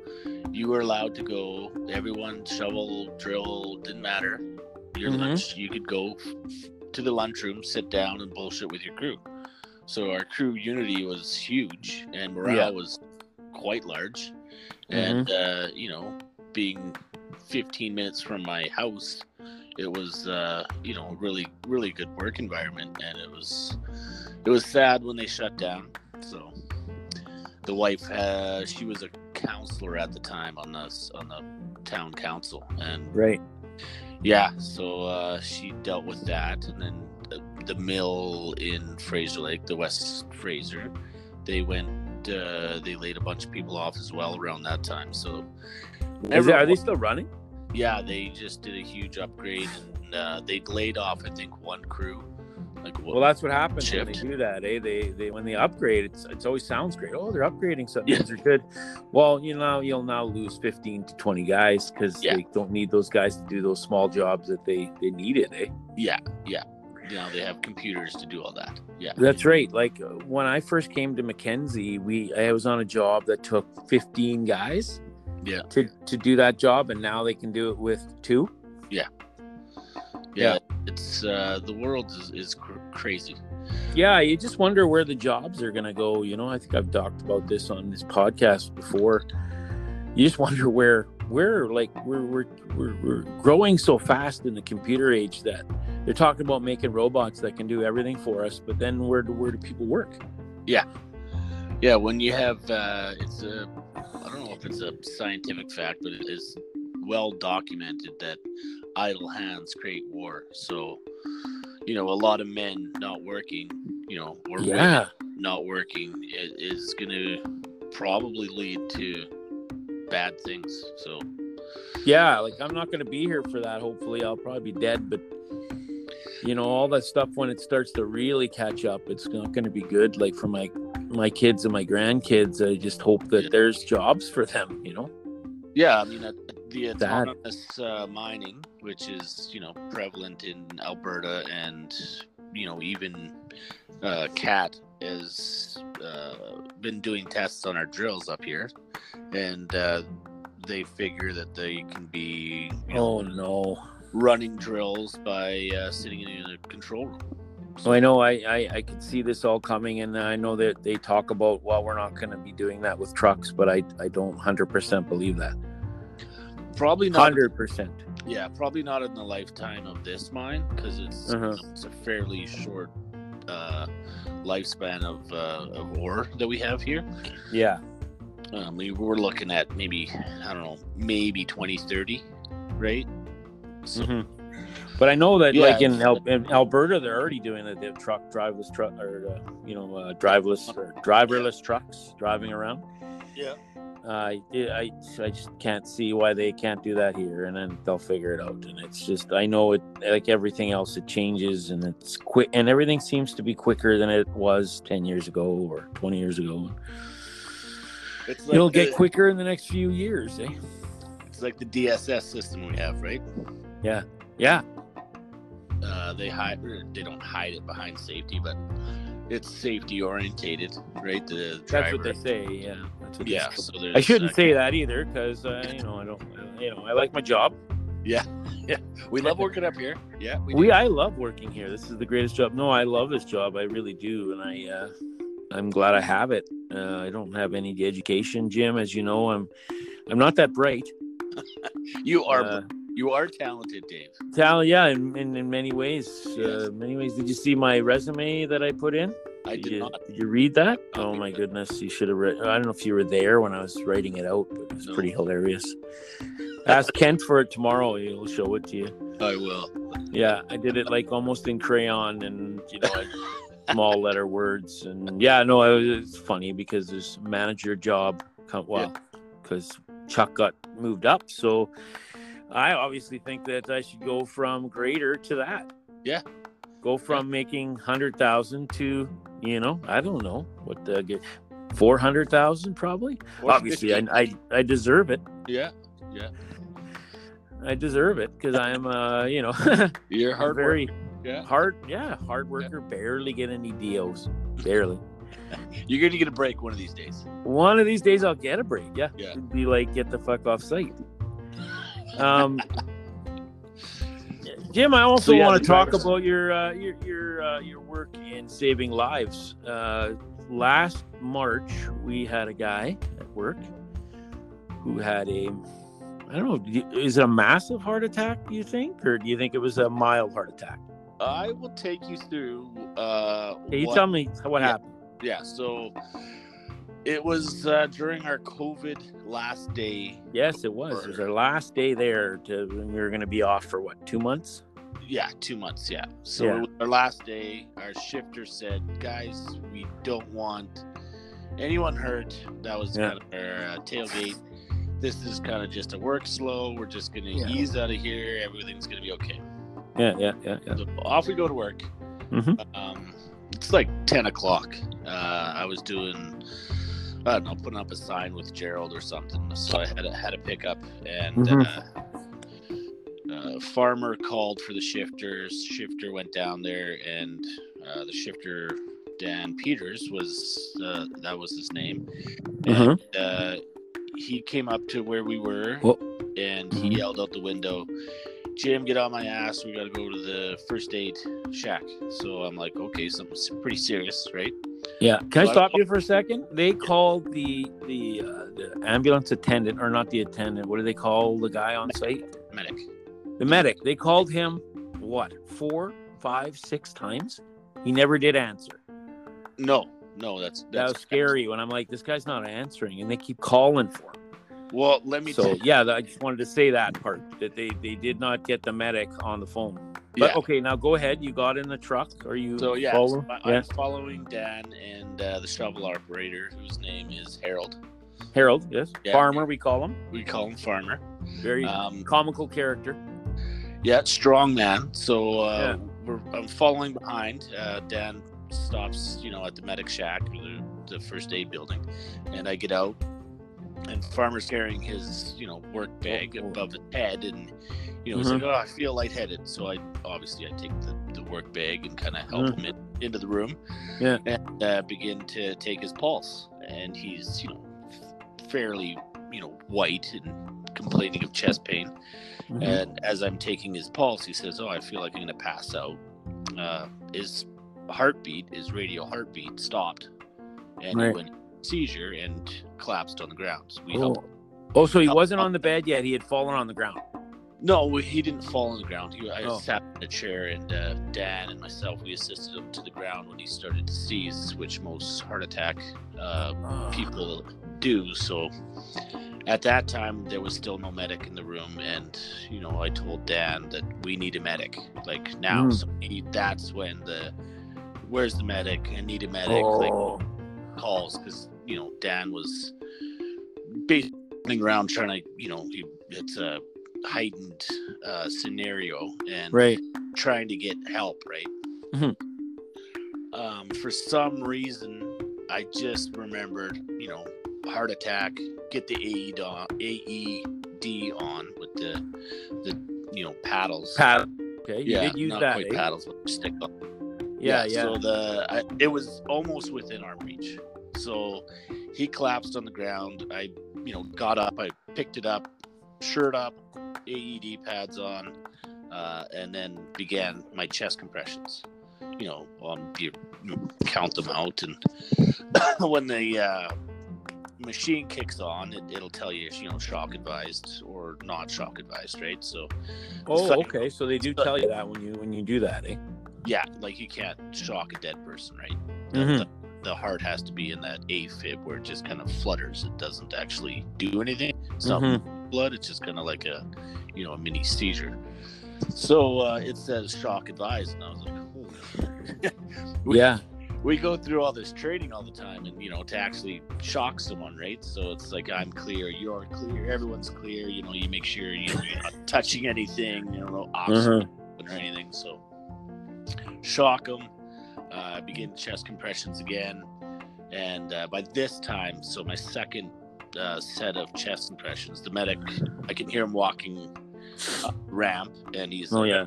B: you were allowed to go everyone shovel drill didn't matter your
A: Mhm.
B: lunch you could go to the lunchroom sit down and bullshit with your crew so our crew unity was huge and morale
A: Yeah.
B: was quite large and uh, you know being 15 minutes from my house it was uh, you know really really good work environment and it was it was sad when they shut down so the wife uh, she was a counselor at the time on the s- on the town council and
A: Right.
B: yeah so uh, she dealt with that and then the, the mill in fraser lake the west fraser they went uh, they laid a bunch of people off as well around that time so
A: Is it- are
B: Everyone-
A: they still running?
B: yeah, they just did a huge upgrade, and uh, they laid off, I think, one crew. Like, what,
A: Well, that's what happens when they
B: Shift.
A: do that, eh? They they when they upgrade, it's it's always sounds great. Oh, they're upgrading something. Things are good. Well, you know, you'll now lose fifteen to twenty guys because
B: Yeah.
A: they don't need those guys to do those small jobs that they they needed, eh?
B: yeah, yeah. Now they have computers to do all that. Yeah,
A: That's right. Like uh, when I first came to Mackenzie, we I was on a job that took fifteen guys.
B: Yeah.
A: To to do that job, and now they can do it with two.
B: yeah. It's uh, the world is, is cr- crazy.
A: Yeah, you just wonder where the jobs are going to go. You know, I think I've talked about this on this podcast before. You just wonder where where like we're we're we're, we're growing so fast in the computer age that they're talking about making robots that can do everything for us, but then where do where do people work?
B: Yeah, when you have uh, it's a I don't know if it's a scientific fact, but it is well documented that idle hands create war. So, you know, a lot of men not working, you know, or women
A: Yeah,
B: not working i- is going to probably lead to bad things. So,
A: yeah. Like I'm not going to be here for that. Hopefully, I'll probably be dead. But you know, all that stuff when it starts to really catch up, it's not going to be good. Like for my my kids and my grandkids, I just hope that there's jobs for them. You know.
B: yeah, I mean, uh, the
A: Bad.
B: autonomous uh, mining, which is, you know, prevalent in Alberta and, you know, even uh, CAT has uh, been doing tests on our drills up here. And uh, they figure that they can be you know,
A: Oh no.
B: running drills by uh, sitting in a control room.
A: Well, I know I, I I could see this all coming, and I know that they talk about well, we're not going to be doing that with trucks, but I I don't hundred percent believe that.
B: Probably not.
A: Hundred percent.
B: Yeah, probably not in the lifetime of this mine because it's
A: Uh-huh.
B: it's a fairly short uh, lifespan of uh, of ore that we have here.
A: Yeah.
B: Um, we we're looking at maybe I don't know, maybe twenty thirty, right? So,
A: Mhm. But I know that,
B: Yeah.
A: like in, Al- in Alberta, they're already doing it. They have truck driveless truck or uh, you know uh, driveless or driverless trucks driving around. Uh,
B: Yeah.
A: I I I just can't see why they can't do that here, and then they'll figure it out. And it's just I know it like everything else, it changes and it's quick, and everything seems to be quicker than it was ten years ago or twenty years ago.
B: It's
A: It'll
B: like
A: get
B: the-
A: quicker in the next few years, eh?
B: It's like the DSS system we have, right?
A: Yeah.
B: Uh, they hide, or they don't hide it behind safety, but it's safety orientated, right? The
A: That's
B: driver.
A: what they say. Yeah. That's what they
B: yeah.
A: say.
B: So there's,
A: I shouldn't
B: uh,
A: say that either because uh, you know I don't you know I like my job.
B: we love working up here. Yeah. We,
A: We I love working here. This is the greatest job. No, I love this job. I really do, and I uh, I'm glad I have it. Uh, I don't have any education, Jim. As you know, I'm I'm not that bright.
B: do. you are
A: Uh,
B: you are talented, Dave.
A: Tal, yeah, in, in in many ways,
B: Yes.
A: uh, many ways. Did you see my resume that I put in?
B: I did
A: you,
B: not.
A: Did you read that?
B: No,
A: Oh
B: we
A: my
B: didn't.
A: goodness, you should have read. I don't know if you were there when I was writing it out, but it was
B: No.
A: pretty hilarious. Ask Kent for it tomorrow. He'll show it to you.
B: I will.
A: Yeah, I did it like almost in crayon and you know, like, small letter words. And yeah, no, it was, it's funny because this manager job, come, well, because Chuck got moved up, so I obviously think that I should go from greater to that.
B: Yeah.
A: go from making hundred thousand to you know I don't know what the get four hundred thousand probably. Obviously, I, I I deserve it.
B: yeah.
A: I deserve it because I'm uh you know.
B: You're
A: hard
B: hard work.
A: very
B: Yeah.
A: hard yeah hard worker barely get any deals barely
B: You're going to get a break one of these days.
A: one of these days i'll get a break yeah,
B: Yeah.
A: It'd be like get the fuck off site um jim i also
B: So, yeah,
A: want
B: the
A: to talk
B: drivers-
A: about your uh, your your, uh, your work in saving lives uh last march we had a guy at work who had a I don't know. do you- Is it a massive heart attack? Do you think, or do you think it was a mild heart attack?
B: I will take you through. Uh,
A: Hey, you
B: what-
A: tell me what
B: Yeah.
A: happened.
B: yeah. So it was uh, during our COVID last day.
A: Yes, it was. It was
B: Or-
A: our last day there to when we were going to be off for what two months.
B: Yeah, two months. Yeah. So
A: Yeah.
B: it was our last day, our shifter said, "Guys, we don't want anyone hurt." That was
A: Yeah.
B: kind of our uh, tailgate. This is kind of just a work slow. We're just gonna
A: Yeah.
B: ease out of here. Everything's gonna be okay.
A: Yeah, yeah, yeah, yeah.
B: So off we go to work.
A: Mhm.
B: Um, it's like ten o'clock. Uh, I was doing, I don't know, putting up a sign with Gerald or something. So I had a, had a pickup, and uh, uh, farmer called for the shifters. Shifter went down there, and uh, the shifter Dan Peters was uh, that was his name.
A: Mhm.
B: And, uh, he came up to where we were,
A: Whoa.
B: and he
A: Mhm.
B: yelled out the window. Jim, get on my ass. We got to go to the first aid shack. So I'm like, okay, something s- pretty serious, right?
A: Yeah. Can I
B: So I-
A: stop you for a second? They called the the uh, the ambulance attendant, or not the attendant. What do they call the guy on site?
B: Medic.
A: The medic. They called him what four, five, six times. He never did answer.
B: No, no, that's
A: That
B: that's
A: was scary when I'm like, this guy's not answering, and they keep calling for him.
B: Well, let me.
A: So
B: tell-
A: yeah, I just wanted to say that part that they they did not get the medic on the phone.
B: yeah.
A: But okay, now go ahead. You got in the truck, or you
B: So yeah,
A: follow?
B: I- I'm
A: yeah.
B: following Dan and uh, the shovel operator, whose name is Harold.
A: Harold, yes,
B: Yeah.
A: farmer. We call him
B: We call him Farmer.
A: very
B: Um,
A: comical character.
B: yeah, strong man. So uh, we're, I'm following behind. Uh, Dan stops, you know, at the medic shack or the, the first aid building, and I get out, and Farmer's carrying his, you know, work bag
A: Oh, Mm-hmm. oh.
B: above his head, and you know, he's like, "Oh, I feel lightheaded." So I obviously I take the, the work bag and kind of help
A: Mhm.
B: him in, into the room,
A: Yeah.
B: and uh, begin to take his pulse, and he's, you know, fairly, you know, white and complaining of chest pain.
A: Mm-hmm.
B: And as I'm taking his pulse, he says, "Oh, I feel like I'm going to pass out. Uh, is heartbeat, his radial heartbeat stopped, and he
A: Right.
B: went seizure and collapsed on the ground. So we
A: Oh.
B: helped.
A: Oh, so he
B: Up-
A: wasn't
B: up.
A: on the bed yet. He had fallen on the ground.
B: No, he didn't fall on the ground. He, I
A: Oh.
B: sat in a chair, and uh, Dad and myself we assisted him to the ground when he started to seize, which most heart attack uh,
A: Ah.
B: people do. So at that time, there was still no medic in the room, and you know, I told Dan that we need a medic like now.
A: Mm.
B: So he, that's when the where's the medic? I need a medic.
A: Oh.
B: Like calls because you know Dan was basically running around trying to you know he, it's a heightened uh, scenario and
A: Right.
B: trying to get help, right?
A: Mhm. Mm-hmm.
B: Um, for some reason, I just remembered, you know, heart attack, get the AED on, AED on with the, the you know, paddles.
A: Pat. Okay. You
B: yeah,
A: did use
B: not
A: that.
B: quite
A: eh?
B: paddles, but stick on.
A: Yeah. Yeah.
B: So the I, it was almost within our reach. So he collapsed on the ground. I, you know, got up. I picked it up, shirt up, AED pads on, uh, and then began my chest compressions. You know, um, you, you count them out, and when the uh, machine kicks on, it, it'll tell you, you know, shock advised or not shock advised, right? So
A: oh,
B: so-
A: okay. So they do
B: so-
A: tell you that when you when you do that. Eh?
B: yeah, like you can't shock a dead person, right? The,
A: Mhm.
B: the, the heart has to be in that AFib where it just kind of flutters. It doesn't actually do anything. It's not blood. It's just kind of like a, you know, a mini seizure. So uh, it says shock advised, and I was like, oh. we,
A: Yeah.
B: we go through all this training all the time, and you know, to actually shock someone, right? So it's like I'm clear, you're clear, everyone's clear. You know, you make sure you know, you're not touching anything. You know, no obstacles
A: Uh-huh.
B: or anything. So shock them, uh, begin chest compressions again. And uh, by this time, so my second uh, set of chest compressions, the medic, I can hear him walking up ramp, and he's
A: Oh
B: like,
A: yeah.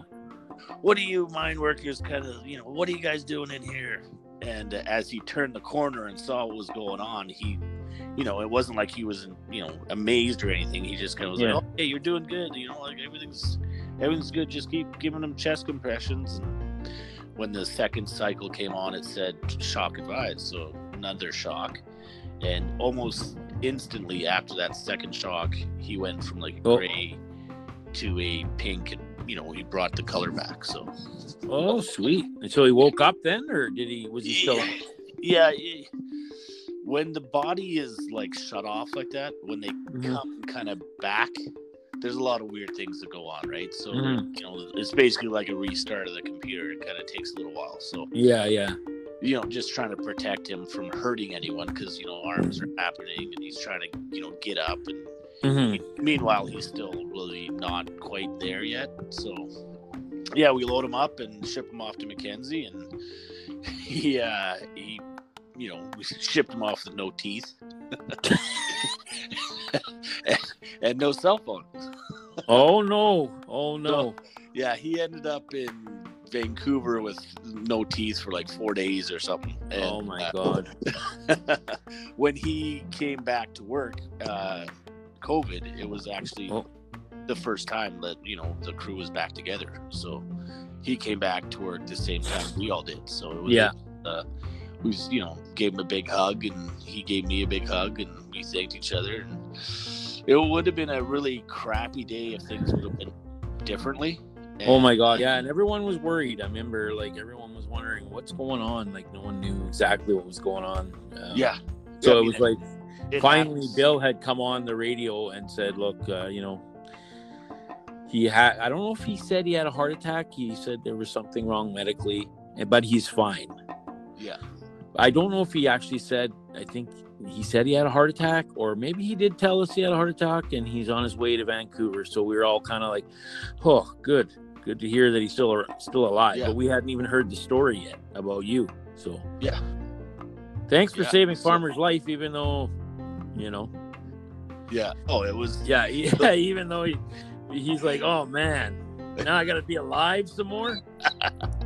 B: what do you mine workers kind of you know what are you guys doing in here and uh, as he turned the corner and saw what was going on he you know it wasn't like he was you know amazed or anything he just kind of was
A: Yeah.
B: like oh, hey you're doing good you know like everything's everything's good just keep giving them chest compressions and when the second cycle came on it said shock advised so another shock and almost instantly after that second shock he went from like
A: Oh.
B: gray to a pink and you know he brought the color back so
A: Oh sweet. And so he woke up then, or did he? Was he still?
B: yeah it- when the body is like shut off like that when they
A: Mhm.
B: come kind of back there's a lot of weird things that go on right so
A: Mhm.
B: you know it's basically like a restart of the computer it kind of takes a little while so
A: Yeah. Yeah.
B: you know just trying to protect him from hurting anyone because you know arms are happening and he's trying to you know get up and
A: Mhm.
B: Meanwhile, he's still really not quite there yet. So, yeah, we load him up and ship him off to Mackenzie, and he, uh, he, you know, we shipped him off with no teeth and no cell phone.
A: Oh no. Oh no.
B: Yeah, he ended up in Vancouver with no teeth for like four days or something. And,
A: Oh my
B: uh,
A: god.
B: when he came back to work, uh, COVID, it was actually
A: Oh.
B: the first time that you know the crew was back together. So he came back to work the same time we all did. So it was
A: Yeah.
B: Uh, we s- you know gave him a big hug and he gave me a big hug and we thanked each other and it would have been a really crappy day if things would have been differently.
A: Oh my god. Yeah. And everyone was worried. I remember, like everyone was wondering what's going on. Like no one knew exactly what was going on. Um,
B: Yeah.
A: So
B: I
A: it
B: mean,
A: was like.
B: it
A: finally
B: happens.
A: bill had come on the radio and said look uh, you know he had i don't know if he said he had a heart attack he said there was something wrong medically eh, but he's fine
B: Yeah.
A: i don't know if he actually said i think he said he had a heart attack or maybe he did tell us he had a heart attack and he's on his way to vancouver so we were all kind of like oh good good to hear that he's still ar- still alive
B: Yeah.
A: but we hadn't even heard the story yet about you so
B: Yeah.
A: thanks for
B: Yeah,
A: saving
B: so-
A: farmer's life even though you know
B: Yeah. Oh, it was.
A: yeah, yeah. Even though he, he's like, oh man, now I gotta be alive some more.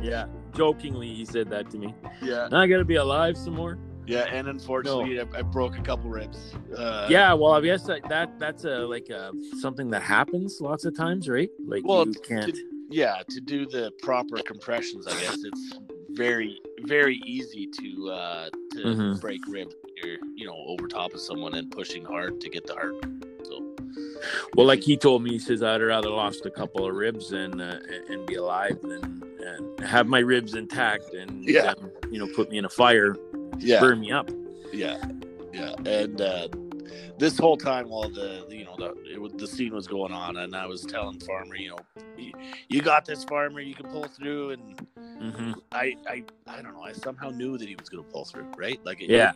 A: yeah, jokingly he said that to me.
B: Yeah.
A: Now I gotta be alive some more.
B: Yeah, and unfortunately, I, I broke a couple ribs. Uh,
A: yeah, well, I guess that, that that's a like a, something that happens lots of times, right? Like
B: Well,
A: you
B: t-
A: can't.
B: yeah. To do the proper compressions, I guess it's very very easy to uh, to
A: Mhm.
B: break ribs. when You're you know over top of someone and pushing hard to get the heart. So
A: Well, like he told me, he says I'd rather lost a couple of ribs and uh, and be alive than and have my ribs intact and
B: Yeah.
A: them, you know put me in a fire,
B: yeah,
A: burn me up.
B: yeah, yeah. And uh, this whole time, while the you know the it was, the scene was going on, and I was telling Farmer, you know, "You- you got this, Farmer. You can pull through. And
A: hmm
B: I I I don't know. I somehow knew that he was going to pull through. Right? Like it,
A: Yeah,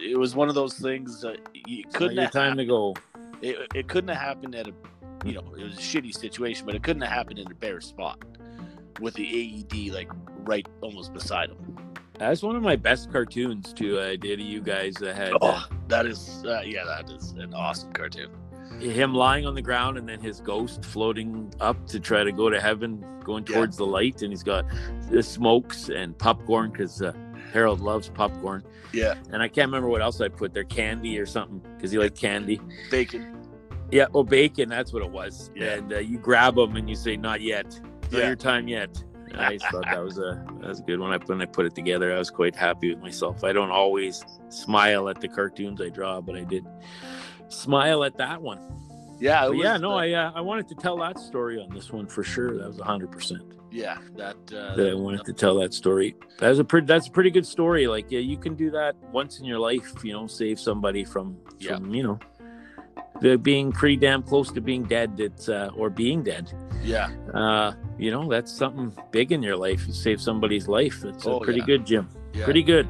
B: it was one of those things that you couldn't
A: Not your time to go.
B: it, it couldn't have happened at a you know it was a shitty situation but it couldn't have happened in a bare spot with the aed like right almost beside him
A: That's one of my best cartoons too. I did of you guys that had uh,
B: oh that is uh, yeah that is an awesome cartoon
A: him lying on the ground and then his ghost floating up to try to go to heaven, going
B: Yeah.
A: towards the light, and he's got the smokes and popcorn because uh, Harold loves popcorn.
B: Yeah.
A: and I can't remember what else I put there, candy or something because he liked candy.
B: bacon
A: Yeah, oh, bacon. That's what it was.
B: Yeah.
A: And uh, you grab them and you say, "Not yet. Not
B: Yeah.
A: your time yet." And I just thought that was a that was a good one. I when I put it together, I was quite happy with myself. I don't always smile at the cartoons I draw, but I did smile at that one.
B: yeah it
A: But
B: was,
A: yeah, no,
B: uh,
A: I uh, I wanted to tell that story on this one for sure. That was hundred percent
B: yeah that uh
A: that I wanted to tell that story. That was a pretty that's a pretty good story. Like yeah, you can do that once in your life. You know, save somebody from
B: Yeah.
A: from you know, they're being pretty damn close to being dead. That's uh, or being dead.
B: yeah
A: Uh, you know, that's something big in your life. You save somebody's life. It's
B: Oh,
A: a pretty
B: yeah.
A: good, Jim.
B: yeah
A: Pretty good.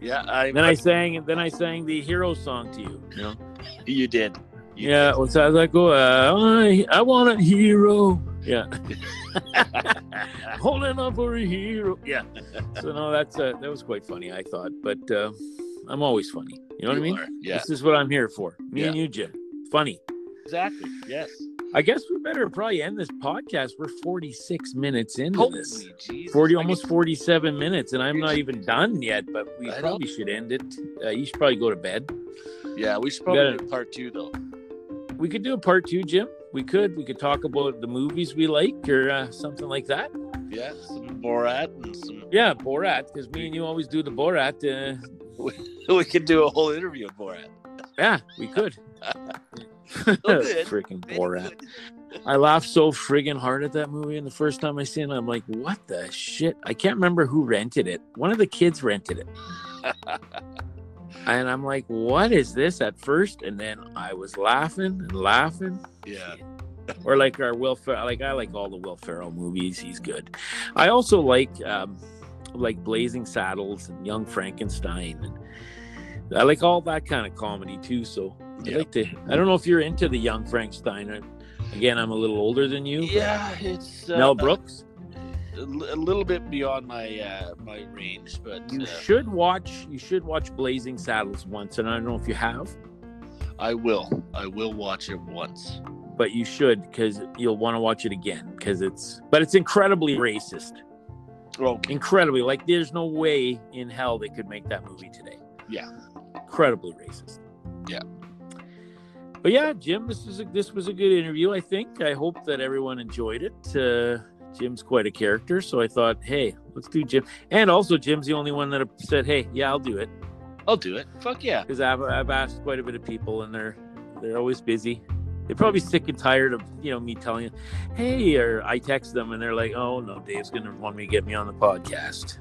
B: yeah i,
A: And then I sang and then I sang the hero song to you. You know.
B: you did You
A: Yeah. Well, so I was like, oh, I, I want a hero. Yeah. holding up for a hero. Yeah. So no, that's uh, that was quite funny. I thought, but uh, I'm always funny. You know what I mean?
B: are, yeah
A: This is what I'm here for. Me
B: Yeah.
A: and you, Jim. Funny.
B: exactly yes
A: I guess we better probably end this podcast. We're 46 minutes into this.
B: holy Jesus.
A: 40
B: Like,
A: almost 47 minutes and i'm not even done yet but we
B: I know.
A: probably should end it uh, you should probably go to bed
B: yeah we
A: Better-
B: should probably do part two though
A: we could do a part two jim we could we could talk about the movies we like or uh, something like that
B: yeah some borat and some
A: Yeah, Borat, because me and you always do the Borat. Uh,
B: we could do a whole interview of borat
A: yeah, we could.
B: good.
A: Freaking Borat. I laughed so friggin' hard at that movie. And the first time I seen it, I'm like, what the shit? I can't remember who rented it. One of the kids rented it. And I'm like, what is this at first? And then I was laughing and laughing.
B: yeah
A: or like our Will Ferrell. Like I like all the Will Ferrell movies. He's good. I also like um, like Blazing Saddles and Young Frankenstein, and I like all that kind of comedy too. So I
B: Yeah.
A: like to. I don't know if you're into the Young Frankenstein. I- Again, I'm a little older than you. but
B: Yeah, it's uh,
A: Mel Brooks.
B: A, li- a little bit beyond my uh, my range, but
A: You
B: uh,
A: should watch. You should watch Blazing Saddles once, and I don't know if you have,
B: I will. I will watch it once.
A: but you should because you'll want to watch it again because it's. But it's incredibly racist.
B: Okay.
A: incredibly like there's no way in hell they could make that movie today
B: Yeah.
A: incredibly racist
B: Yeah.
A: but yeah jim this is a, this was a good interview i think i hope that everyone enjoyed it uh jim's quite a character so i thought hey let's do jim and also jim's the only one that said hey yeah i'll do it
B: I'll do it. Fuck yeah.
A: because I've, I've asked quite a bit of people and they're they're always busy they're probably sick and tired of you know me telling you hey or i text them and they're like oh no dave's gonna want me to get me on the podcast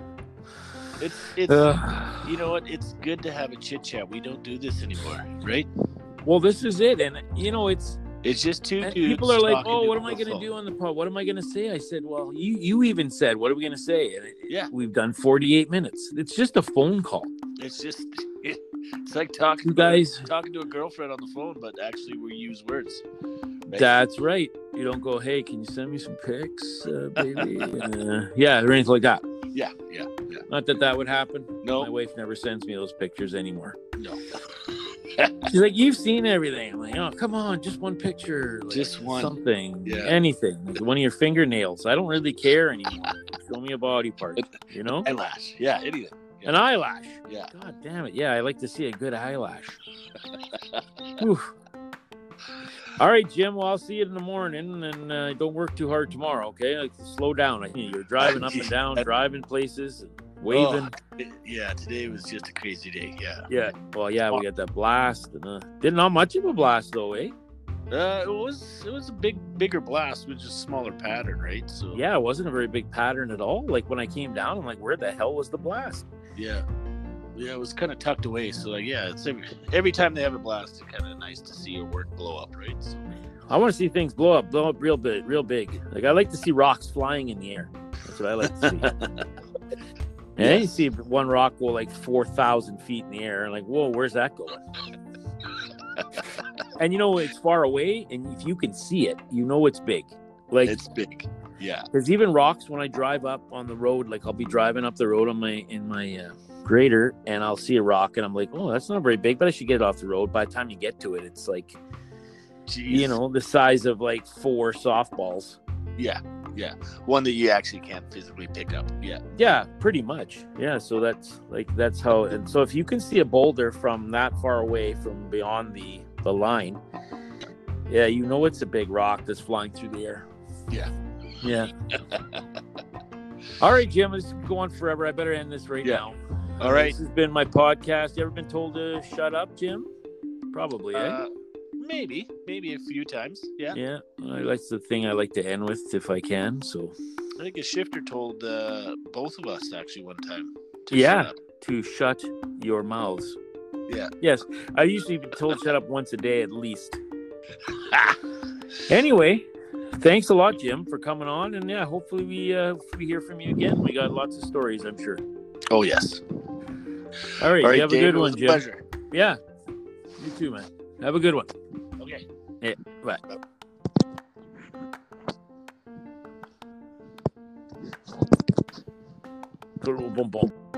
B: It's it's
A: Uh. Ugh.
B: you know what? It's good to have a chit chat. We don't do this anymore, right?
A: Well, this is it, and you know, it's
B: It's just two
A: and
B: dudes.
A: people are like,
B: talking
A: "Oh,
B: to
A: what am I
B: the
A: going to
B: phone."
A: do on the pod? What am I going to say?" I said, "Well, you you even said, what are we going to say?" And it-
B: Yeah.
A: we've done forty eight minutes. It's just a phone call.
B: It's just it's like talking
A: You
B: to a-
A: guys-
B: talking to a girlfriend on the phone, but actually we use words. Right.
A: That's right. You don't go, "Hey, can you send me some pics, uh, baby?" uh, yeah, or anything like that.
B: Yeah, yeah, yeah.
A: Not that that would happen. My
B: No,
A: wife never sends me those pictures anymore.
B: no.
A: She's like, "You've seen everything." I'm like, "Oh, come on, just one picture, like,
B: Just one.
A: something,
B: Yeah.
A: anything, like one of your fingernails." I don't really care anymore. Show me a body part, you know.
B: Eyelash. Yeah, anything.
A: An eyelash.
B: Yeah.
A: God damn it. Yeah, I like to see a good eyelash. Whew. All right, Jim. Well, I'll see you in the morning, and uh, don't work too hard tomorrow. Okay, like, slow down. I- You're driving up and down, driving places. waving.
B: Yeah, today was just a crazy day. Yeah.
A: Yeah. Well, yeah, we got that blast. And, uh, did not much of a blast though, eh?
B: Uh, it was it was a big bigger blast with just smaller pattern, right? So
A: Yeah, it wasn't a very big pattern at all. Like when I came down, I'm like, where the hell was the blast?
B: yeah. Yeah, it was kind of tucked away. So like, yeah, it's every, every time they have a blast, it's kind of nice to see your work blow up, right? So,
A: I want to see things blow up, blow up real big, real big. Like I like to see rocks flying in the air. That's what I like to see. And then you see one rock go like four thousand feet in the air, and like, whoa, where's that going? and you know it's far away, and if you can see it, you know it's big. Like
B: it's big. Yeah.
A: Because even rocks, when I drive up on the road, like I'll be driving up the road on my in my uh, grader, and I'll see a rock, and I'm like, oh, that's not very big, but I should get it off the road. By the time you get to it, it's like
B: Jeez.
A: you know the size of like four softballs.
B: Yeah. Yeah. One that you actually can't physically pick up. Yeah.
A: Yeah, pretty much. Yeah, so that's like that's how. And so if you can see a boulder from that far away, from beyond the the line, yeah, you know it's a big rock that's flying through the air.
B: Yeah.
A: Yeah. All right, Jim, it's going forever. I better end this right
B: Yeah.
A: now.
B: All right.
A: This has been my podcast. You ever been told to shut up, Jim? Probably, eh?
B: Uh, maybe, maybe a few times. Yeah.
A: yeah. I- That's the thing I like to end with if I can. So
B: I think a shifter told uh, both of us actually one time.
A: Yeah.
B: shut up.
A: to shut your mouths.
B: Yeah.
A: Yes. I usually be told shut up once a day at least.
B: Ah.
A: Anyway, thanks a lot, Jim, for coming on. And yeah, hopefully we uh we hear from you again. We got lots of stories, I'm sure.
B: oh yes.
A: All right,
B: All right.
A: you have
B: Dave,
A: a good
B: it was
A: one,
B: a
A: Jim.
B: Pleasure.
A: Yeah. You too, man. Have a good one.
B: Okay.
A: Boom, boom, boom.